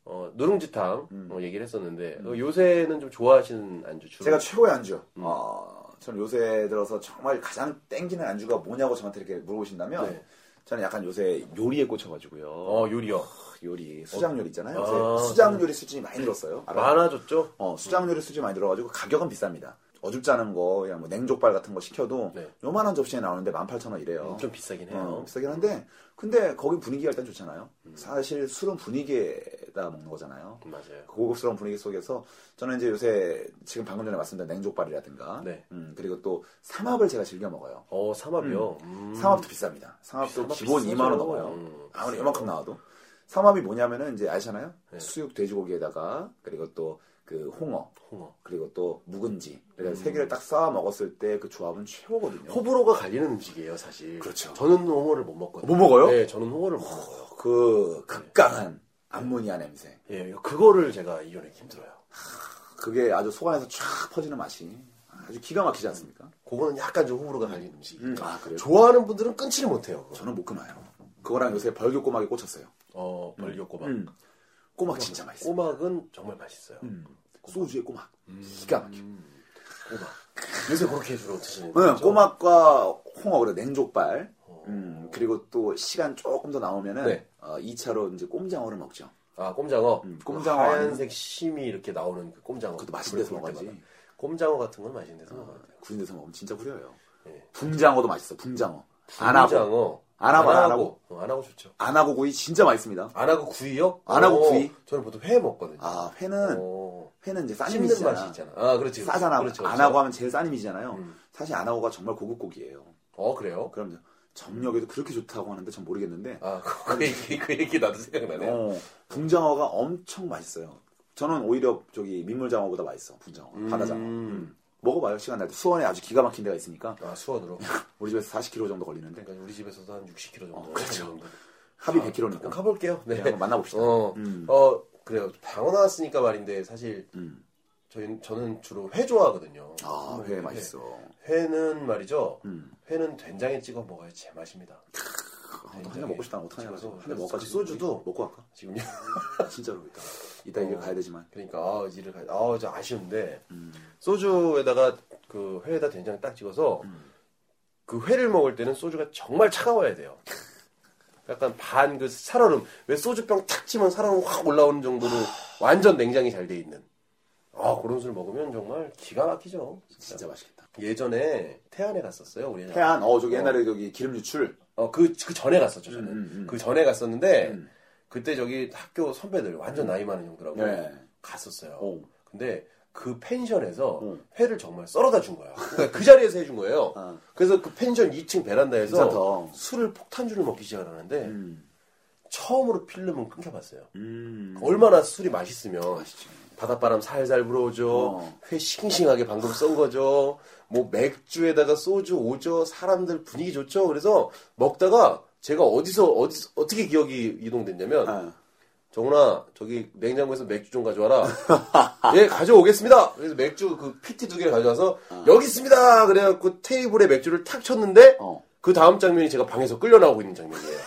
B: 어, 누룽지탕
A: 음.
B: 어, 얘기를 했었는데 어, 요새는 좀 좋아하시는 안주 주로.
A: 제가 최고의 안주
B: 음.
A: 어, 저는 요새 들어서 정말 가장 땡기는 안주가 뭐냐고 저한테 이렇게 물어보신다면
B: 네.
A: 저는 약간 요새 요리에 꽂혀가지고요
B: 어 요리요.
A: 요리 수장 요리 있잖아요 요새
B: 아,
A: 수장 요리 수준이 많이 늘었어요 알아요?
B: 많아졌죠.
A: 어, 수장 요리 수준이 많이 늘어가지고 가격은 비쌉니다 어줍지 않은 거 그냥 뭐 냉족발 같은 거 시켜도
B: 네. 음,
A: 요만한 접시에 나오는데 18,000원이래요
B: 좀 비싸긴
A: 어,
B: 해요.
A: 비싸긴 한데 근데 거기 분위기가 일단 좋잖아요. 사실 술은 분위기에다 먹는 거잖아요.
B: 맞아요.
A: 고급스러운 분위기 속에서 저는 이제 요새 지금 방금 전에 말씀드린 냉족발이라든가
B: 네.
A: 음, 그리고 또 삼합을 제가 즐겨 먹어요.
B: 어 삼합이요. 음.
A: 삼합도 비쌉니다. 삼합도
B: 삼합
A: 기본
B: 비싸죠.
A: 2만 원 넘어요.
B: 음,
A: 아무리
B: 비싸요.
A: 이만큼 나와도 삼합이 뭐냐면은 이제 아시잖아요.
B: 네.
A: 수육 돼지고기에다가 그리고 또 그 홍어
B: 홍어.
A: 그리고 또 묵은지 그러니까 세 개를 딱 쌓아 먹었을 때 그 조합은 최고거든요.
B: 호불호가 갈리는 음식이에요, 사실.
A: 그렇죠.
B: 저는 홍어를 못 먹거든요.
A: 못 먹어요?
B: 네, 저는 홍어를 못 먹어요.
A: 그 극강한 암모니아 냄새.
B: 예, 그거를 제가 이겨내기 힘들어요.
A: 그게 아주 속 안에서 쫙 퍼지는 맛이 아주 기가 막히지 않습니까?
B: 그거는 약간 좀 호불호가 갈리는 음식이에요.
A: 아, 그래요?
B: 좋아하는 분들은 끊지를 못해요. 그거.
A: 저는 못 끊어요. 그거랑 요새 벌교 꼬막에 꽂혔어요.
B: 어, 벌교 꼬막.
A: 음. 꼬막 진짜 맛있어. 요 음.
B: 꼬막은 정말 맛있어요.
A: 소주에 꼬막. 기가
B: 음.
A: 막혀.
B: 꼬막. 요새 그렇게 주로 드시는
A: 음. 네,
B: 거죠?
A: 꼬막과 홍어 그래 냉족발. 음, 그리고 또 시간 조금 더 나오면은
B: 네.
A: 어, 2차로 이제 꼼장어를 먹죠.
B: 아, 꼼장어.
A: 음, 꼼장어 아니면-
B: 하얀색 심이 이렇게 나오는 그 꼼장어.
A: 그것도 맛있는 데서
B: 불 끓을
A: 먹어야지. 아.
B: 때마다. 꼼장어 같은 건 맛있는 데서 먹어야 돼요.
A: 구린 데서 먹으면 진짜 후려요.
B: 네.
A: 붕장어도 맛있어. 붕장어. 안하고
B: 꼼장어.
A: 안 하고, 안 하고.
B: 안 하고. 어, 안 하고 좋죠.
A: 안하고 구이 진짜 맛있습니다.
B: 안 하고 구이요?
A: 안 하고
B: 어,
A: 구이?
B: 저는 보통 회 먹거든요.
A: 아 회는
B: 어.
A: 회는 이제 싼
B: 씹는
A: 이미지잖아.
B: 맛이 있잖아. 아, 그렇지. 그렇지.
A: 싸잖아.
B: 그렇죠, 그렇죠.
A: 안하고 하면 제일 싼 이미지잖아요.
B: 음.
A: 사실 안하고가 정말 고급 고기예요.
B: 어, 그래요?
A: 그럼 정력에도 그렇게 좋다고 하는데 전 모르겠는데
B: 아, 그, 그 얘기, 그 얘기 나도 생각나네. 요
A: 어, 붕장어가 엄청 맛있어요. 저는 오히려 저기 민물장어보다 맛있어. 붕장어, 바다장어. 음. 먹어봐요 시간 날 때. 수원에 아주 기가 막힌 데가 있으니까
B: 아, 수원으로.
A: 우리 집에서 40km 정도 걸리는데
B: 그러니까 우리 집에서도 한 60km 정도.
A: 어, 그렇죠.
B: 정도.
A: 합이
B: 한번
A: 100km니까.
B: 가볼게요. 네.
A: 한번 만나봅시다.
B: 어,
A: 음.
B: 어, 그래요. 방어 나왔으니까 말인데, 사실,
A: 음.
B: 저희, 저는 주로 회 좋아하거든요. 음, 네.
A: 아, 회 맛있어.
B: 회는 말이죠.
A: 음.
B: 회는 된장에 찍어 먹어야 제맛입니다.
A: 아, 너 한 잔 먹고 싶다. 어떡하냐.
B: 집에서
A: 한잔 먹을까?
B: 그
A: 지금?
B: 소주도-
A: 먹고 갈까? 아,
B: 지금요.
A: 진짜로 이따. 이따 일
B: 어.
A: 가야 되지만.
B: 그러니까, 아, 일을, 가- 아, 저 아쉬운데,
A: 음.
B: 소주에다가 그 회에다 된장을 딱 찍어서 그 회를 먹을 때는 소주가 정말 차가워야 돼요. 약간 반 그 살얼음 왜 소주병 탁 치면 살얼음 확 올라오는 정도로 완전 냉장이 잘 돼 있는 아 그런 술 먹으면 정말 기가 막히죠.
A: 진짜 맛있겠다.
B: 예전에 태안에 갔었어요. 우리
A: 태안, 어 저기 옛날에 저기 기름 유출.
B: 어그 그 전에 갔었죠. 저는
A: 음, 음.
B: 그 전에 갔었는데 그때 저기 학교 선배들 완전 나이 많은 형들하고
A: 음. 네.
B: 갔었어요.
A: 오.
B: 근데 그 펜션에서
A: 음.
B: 회를 정말 썰어다 준 거야. 그러니까 그 자리에서 해준 거예요.
A: 아.
B: 그래서 그 펜션 2층 베란다에서
A: 괜찮다.
B: 술을 폭탄주를 먹기 시작하는데
A: 음.
B: 처음으로 필름은 끊겨봤어요.
A: 음.
B: 얼마나 술이 맛있으면
A: 맛있지.
B: 바닷바람 살살 불어오죠.
A: 어.
B: 회 싱싱하게 방금 썬 거죠. 뭐 맥주에다가 소주 오죠. 사람들 분위기 좋죠. 그래서 먹다가 제가 어디서 어디 어떻게 기억이 이동됐냐면
A: 아.
B: 정훈아 저기 냉장고에서 맥주 좀 가져와라. 예 가져오겠습니다. 그래서 맥주 그 PT 두 개를 가져와서 여기 있습니다. 그래갖고 테이블에 맥주를 탁 쳤는데
A: 어.
B: 그 다음 장면이 제가 방에서 끌려 나오고 있는 장면이에요.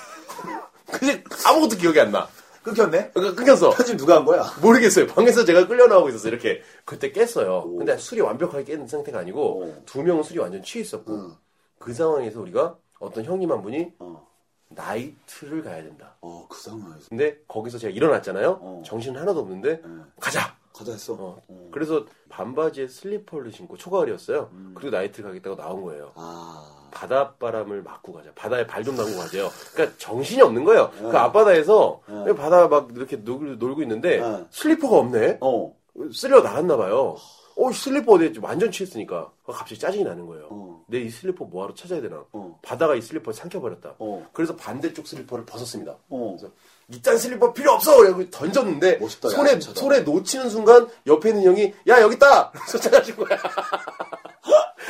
B: 근데 아무것도 기억이 안 나.
A: 끊겼네?
B: 그러니까 끊겼어.
A: 편집 누가 한 거야?
B: 모르겠어요. 방에서 제가 끌려 나오고 있어서 이렇게 그때 깼어요. 근데 술이 완벽하게 깬 상태가 아니고 두 명은 술이 완전 취해 있었고 그 상황에서 우리가 어떤 형님 한 분이
A: 어.
B: 나이트를 가야 된다.
A: 어, 그 상황에서.
B: 근데 거기서 제가 일어났잖아요.
A: 어.
B: 정신 하나도 없는데
A: 응.
B: 가자.
A: 가자 했어.
B: 어.
A: 어.
B: 그래서 반바지에 슬리퍼를 신고 초가을이었어요.
A: 음.
B: 그리고 나이트 가겠다고 나온 거예요.
A: 아.
B: 바닷바람을 맞고 가자. 바다에 발 좀 담고 가세요. 그러니까 정신이 없는 거예요.
A: 어.
B: 그 앞바다에서 바다 막 이렇게 놀, 놀고 있는데
A: 응.
B: 슬리퍼가 없네.
A: 어.
B: 쓸려 나갔나 봐요. 어, 슬리퍼 어디 완전 취했으니까 그러니까 갑자기 짜증이 나는 거예요.
A: 어.
B: 내 이 슬리퍼 뭐하러 찾아야 되나?
A: 어.
B: 바다가 이 슬리퍼에 삼켜버렸다.
A: 어.
B: 그래서 반대쪽 슬리퍼를 벗었습니다.
A: 어.
B: 그래서 이딴 슬리퍼 필요 없어! 그래고 던졌는데
A: 멋있다, 야,
B: 손에
A: 진짜다.
B: 손에 놓치는 순간 옆에 있는 형이 야 여기 있다! 쫓아가신 거야.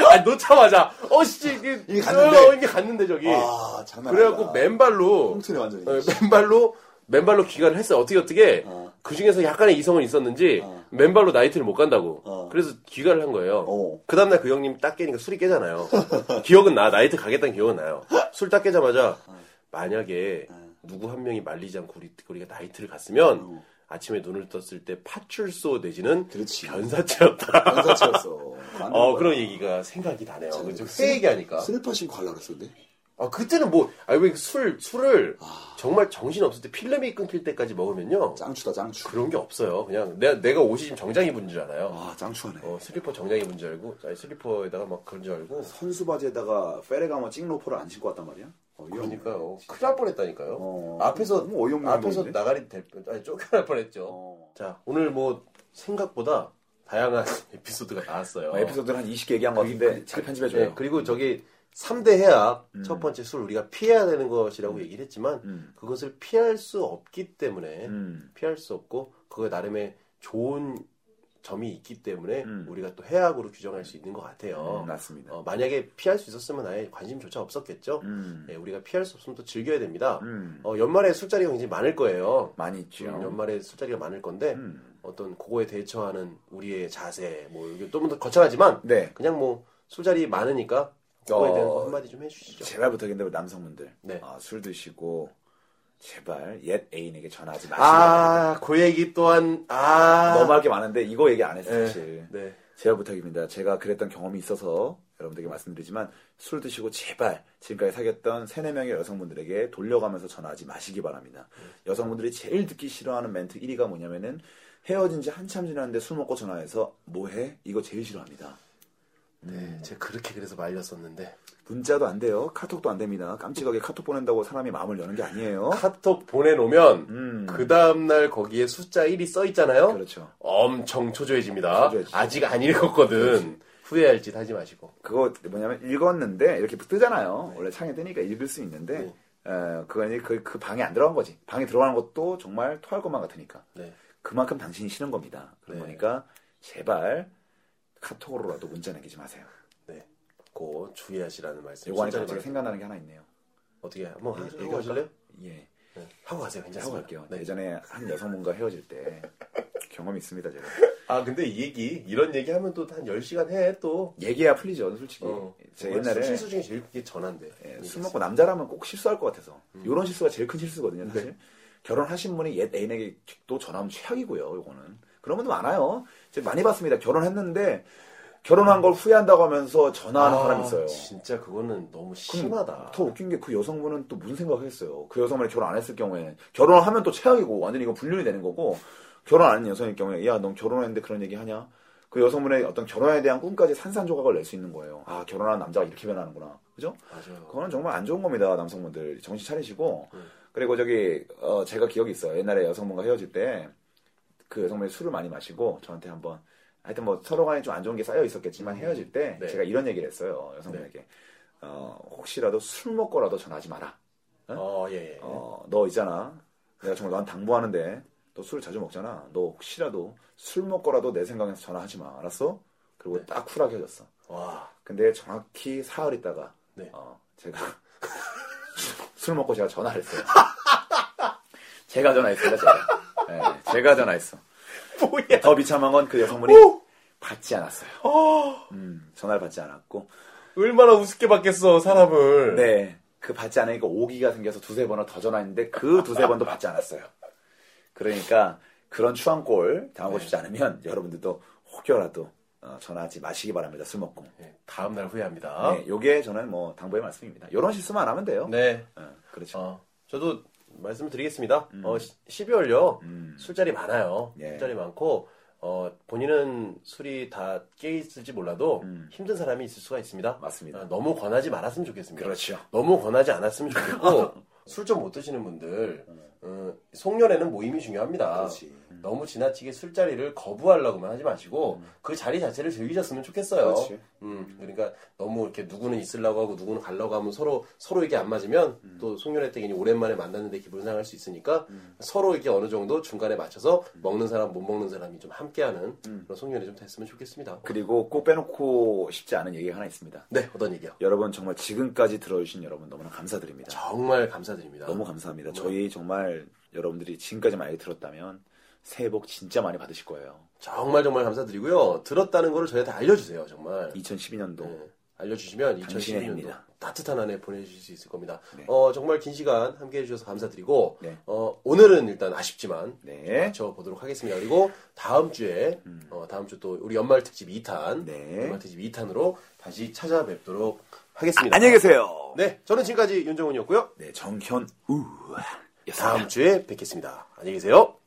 B: 아 놓자마자 어씨 이게
A: 이게 갔는데?
B: 이게 갔는데 저기.
A: 아, 장난
B: 예. 그래갖고
A: 아니다.
B: 맨발로
A: 홍천에 완전히.
B: 어, 맨발로 맨발로 귀가를 했어요. 어떻게 어떻게
A: 어.
B: 그 중에서 약간의 이성은 있었는지
A: 어.
B: 맨발로 나이트를 못 간다고.
A: 어.
B: 그래서 귀가를 한 거예요.
A: 어.
B: 그 다음날 그 형님 딱 깨니까 술이 깨잖아요. 기억은 나 나이트 가겠다는 기억은 나요. 술 딱 깨자마자
A: 어.
B: 만약에 누구 한 명이 말리지 않고 우리 우리가 나이트를 갔으면
A: 어.
B: 아침에 눈을 떴을 때 파출소 내지는
A: 그렇지.
B: 변사체였다.
A: 반사체였어. 안 되는
B: 어
A: 거야.
B: 그런 얘기가 생각이 나네요. 그회
A: 슬-
B: 얘기하니까.
A: 슬리퍼 신고 하려고 그랬었는데.
B: 아, 그때는 뭐, 아니, 왜 술, 술을
A: 아.
B: 정말 정신 없을 때 필름이 끊길 때까지 먹으면요.
A: 짱추다, 짱추.
B: 그런 게 없어요. 그냥 내가, 내가 옷이 지금 정장 입은 줄 알아요.
A: 아, 짱추하네.
B: 어, 슬리퍼 정장 입은 줄 알고, 아니, 슬리퍼에다가 막 그런 줄 알고.
A: 선수 바지에다가 페레가모 찍로퍼를 안 신고 왔단 말이야? 어, 위험해.
B: 그러니까, 요 큰일 날 뻔했다니까요.
A: 어.
B: 앞에서,
A: 너무 어이없는
B: 앞에서
A: 행동인데?
B: 나가리 될 뻔, 아니, 쫓겨날 뻔했죠.
A: 어.
B: 자, 오늘 뭐, 생각보다 다양한 에피소드가 나왔어요. 그러니까.
A: 어, 에피소드를 한 20개 얘기한 것 같은데 잘 편집해줘요.
B: 네, 그리고 저기 3대 해악 첫 번째 술 우리가 피해야 되는 것이라고 얘기를 했지만
A: 음.
B: 그것을 피할 수 없기 때문에
A: 음.
B: 피할 수 없고 그거에 나름의 좋은 점이 있기 때문에
A: 음.
B: 우리가 또 해악으로 규정할 수 있는 것 같아요.
A: 음, 맞습니다.
B: 어, 만약에 피할 수 있었으면 아예 관심조차 없었겠죠.
A: 음.
B: 네, 우리가 피할 수 없으면 또 즐겨야 됩니다.
A: 음.
B: 어, 연말에 술자리가 굉장히 많을 거예요.
A: 많이 있죠.
B: 음, 연말에 술자리가 많을 건데
A: 음.
B: 어떤 그거에 대처하는 우리의 자세 뭐 이게 좀더 거창하지만
A: 네.
B: 그냥 뭐 술자리 많으니까 그거에
A: 어.
B: 대한 거 한마디 좀 해주시죠.
A: 제발 부탁인데 우리 남성분들
B: 네.
A: 아, 술 드시고 제발 옛 애인에게 전화하지 마시고
B: 아, 그 얘기 또한 아
A: 너무 할 게 많은데 이거 얘기 안 했어
B: 네.
A: 사실
B: 네.
A: 제발 부탁입니다 제가 그랬던 경험이 있어서 여러분들에게 말씀드리지만 술 드시고 제발 지금까지 사귀었던 세네 명의 여성분들에게 돌려가면서 전화하지 마시기 바랍니다
B: 그렇죠.
A: 여성분들이 제일 듣기 싫어하는 멘트 1위가 뭐냐면은 헤어진 지 한참 지났는데 술 먹고 전화해서 뭐해? 이거 제일 싫어합니다 음.
B: 네, 제가 그렇게 그래서 말렸었는데
A: 문자도 안 돼요 카톡도 안 됩니다 깜찍하게 카톡 보낸다고 사람이 마음을 여는 게 아니에요
B: 카톡 보내놓으면
A: 어? 음.
B: 그 다음날 거기에 숫자 1이 써 있잖아요.
A: 그렇죠.
B: 엄청 초조해집니다.
A: 초조해지죠.
B: 아직 안 읽었거든. 후회할 짓 하지 마시고.
A: 그거 뭐냐면 읽었는데 이렇게 뜨잖아요. 원래 창에 뜨니까 읽을 수 있는데
B: 네.
A: 어, 그건 이제 그, 그 방에 안 들어간 거지. 방에 들어가는 것도 정말 토할 것만 같으니까.
B: 네.
A: 그만큼 당신이 싫은 겁니다. 그런
B: 네.
A: 거니까 제발 카톡으로라도 문자 남기지 마세요.
B: 네. 고 주의하시라는 네, 말씀.
A: 요거 하니까
B: 숫자를
A: 갑자기
B: 말해-
A: 생각나는 게 하나 있네요.
B: 어떻게 한번 하- 하고
A: 얘기할까?
B: 가실래요?
A: 예.
B: 네. 하고 가세요.
A: 하고
B: 괜찮습니다.
A: 갈게요.
B: 네.
A: 예전에 한 여성분과 헤어질 때 경험이 있습니다. 제가.
B: 아 근데 이 얘기 이런 얘기 하면 또 한 10시간 해 또.
A: 얘기해야 풀리죠. 솔직히.
B: 어.
A: 제가 예, 옛날에
B: 실수 중에 제일 그게 전한데.
A: 예, 술 먹고 남자라면 꼭 실수할 것 같아서
B: 음.
A: 이런 실수가 제일 큰 실수거든요
B: 네.
A: 사실 결혼하신 분이 옛 애인에게 또 전하면 최악이고요 이거는 그런 분도 많아요 제가 많이 봤습니다 결혼했는데 결혼한 걸 후회한다고 하면서 전화하는 사람이 있어요
B: 아, 진짜 그거는 너무
A: 그럼
B: 심하다.
A: 더 웃긴 게 그 여성분은 또 무슨 생각을 했어요 그 여성분이 결혼 안 했을 경우에는 결혼을 하면 또 최악이고 완전히 이거 분류이 되는 거고 결혼 안 한 여성일 경우에 야넌 결혼했는데 그런 얘기 하냐 그 여성분의 어떤 결혼에 대한 꿈까지 산산조각을 낼 수 있는 거예요 아 결혼한 남자가 이렇게 변하는구나 그죠?
B: 맞아요.
A: 그거는 정말 안 좋은 겁니다 남성분들 정신 차리시고 그리고 저기 어, 제가 기억이 있어요 옛날에 여성분과 헤어질 때 그 여성분이 술을 많이 마시고 저한테 한번 하여튼 뭐 서로 간에 좀 안 좋은 게 쌓여 있었겠지만 헤어질 때
B: 네.
A: 제가 이런 얘기를 했어요 여성분에게 어, 혹시라도 술 먹고라도 전하지 마라
B: 어, 예, 예.
A: 어, 너 있잖아 내가 정말 난 당부하는데 너 술 자주 먹잖아 너 혹시라도 술 먹고라도 내 생각에서 전화하지 마 알았어? 그리고 딱 쿨하게 헤어졌어
B: 와.
A: 근데 정확히 사흘 있다가
B: 네.
A: 어, 제가 술 먹고 제가 전화를 했어요. 제가 전화했어요, 제가. 네, 제가 전화했어.
B: 뭐야.
A: 더 비참한 건 그 여성분이
B: 오!
A: 받지 않았어요.
B: 어,
A: 음, 전화를 받지 않았고.
B: 얼마나 우습게 받겠어, 사람을.
A: 네. 그 받지 않으니까 오기가 생겨서 두세 번을 더 전화했는데 그 두세 번도 받지 않았어요. 그러니까 그런 추앙골 당하고 싶지 않으면 여러분들도 혹여라도 어, 전화하지 마시기 바랍니다. 술 먹고.
B: 네, 다음날 후회합니다.
A: 네, 요게 저는 뭐 당부의 말씀입니다. 이런 실수만 안 하면 돼요.
B: 네.
A: 어, 그렇죠.
B: 어, 저도 말씀을 드리겠습니다. 어, 시- 12월요.
A: 음.
B: 술자리 많아요.
A: 예.
B: 술자리 많고 어, 본인은 술이 다 깨 있을지 몰라도
A: 음.
B: 힘든 사람이 있을 수가 있습니다.
A: 맞습니다.
B: 어, 너무 권하지 말았으면 좋겠습니다.
A: 아, 그렇죠.
B: 너무 권하지 않았으면 좋겠고 술 좀 못 드시는 분들 어, 송년회는 모임이 중요합니다.
A: 음. 그렇지.
B: 너무 지나치게 술자리를 거부하려고만 하지 마시고 그 자리 자체를 즐기셨으면 좋겠어요.
A: 음. 그렇지.
B: 음, 그러니까 너무 이렇게 누구는 있으려고 하고 누구는 가려고 하면 서로 서로 이게 안 맞으면
A: 음.
B: 또 송년회 때 괜히 오랜만에 만났는데 기분 상할 수 있으니까 서로 이게 어느 정도 중간에 맞춰서 먹는 사람 못 먹는 사람이 좀 함께하는
A: 음.
B: 그런 송년회 좀 됐으면 좋겠습니다.
A: 그리고 꼭 빼놓고 싶지 않은 얘기가 하나 있습니다.
B: 네, 어떤 얘기요?
A: 여러분 정말 지금까지 들어주신 여러분 너무나 감사드립니다.
B: 정말 감사드립니다.
A: 너무 감사합니다. 저희 정말 여러분들이 지금까지 많이 들었다면 새해 복 진짜 많이 받으실 거예요.
B: 정말 정말 감사드리고요. 들었다는 거를 저희한테 알려주세요. 정말
A: 2012년도
B: 네, 알려주시면
A: 당신의
B: 2012년도
A: 해입니다.
B: 따뜻한 한 해 보내주실 수 있을 겁니다.
A: 네.
B: 어, 정말 긴 시간 함께해 주셔서 감사드리고
A: 네.
B: 어, 오늘은 일단 아쉽지만
A: 네.
B: 맞춰 보도록 하겠습니다. 그리고 다음 주에 어, 다음 주 또 우리 연말 특집 2탄
A: 네.
B: 연말 특집 2탄으로 다시 찾아뵙도록 하겠습니다.
A: 안녕히 계세요.
B: 네, 저는 지금까지 윤정훈이었고요.
A: 네, 정현 우였습니다.
B: 다음 주에 뵙겠습니다. 안녕히 계세요.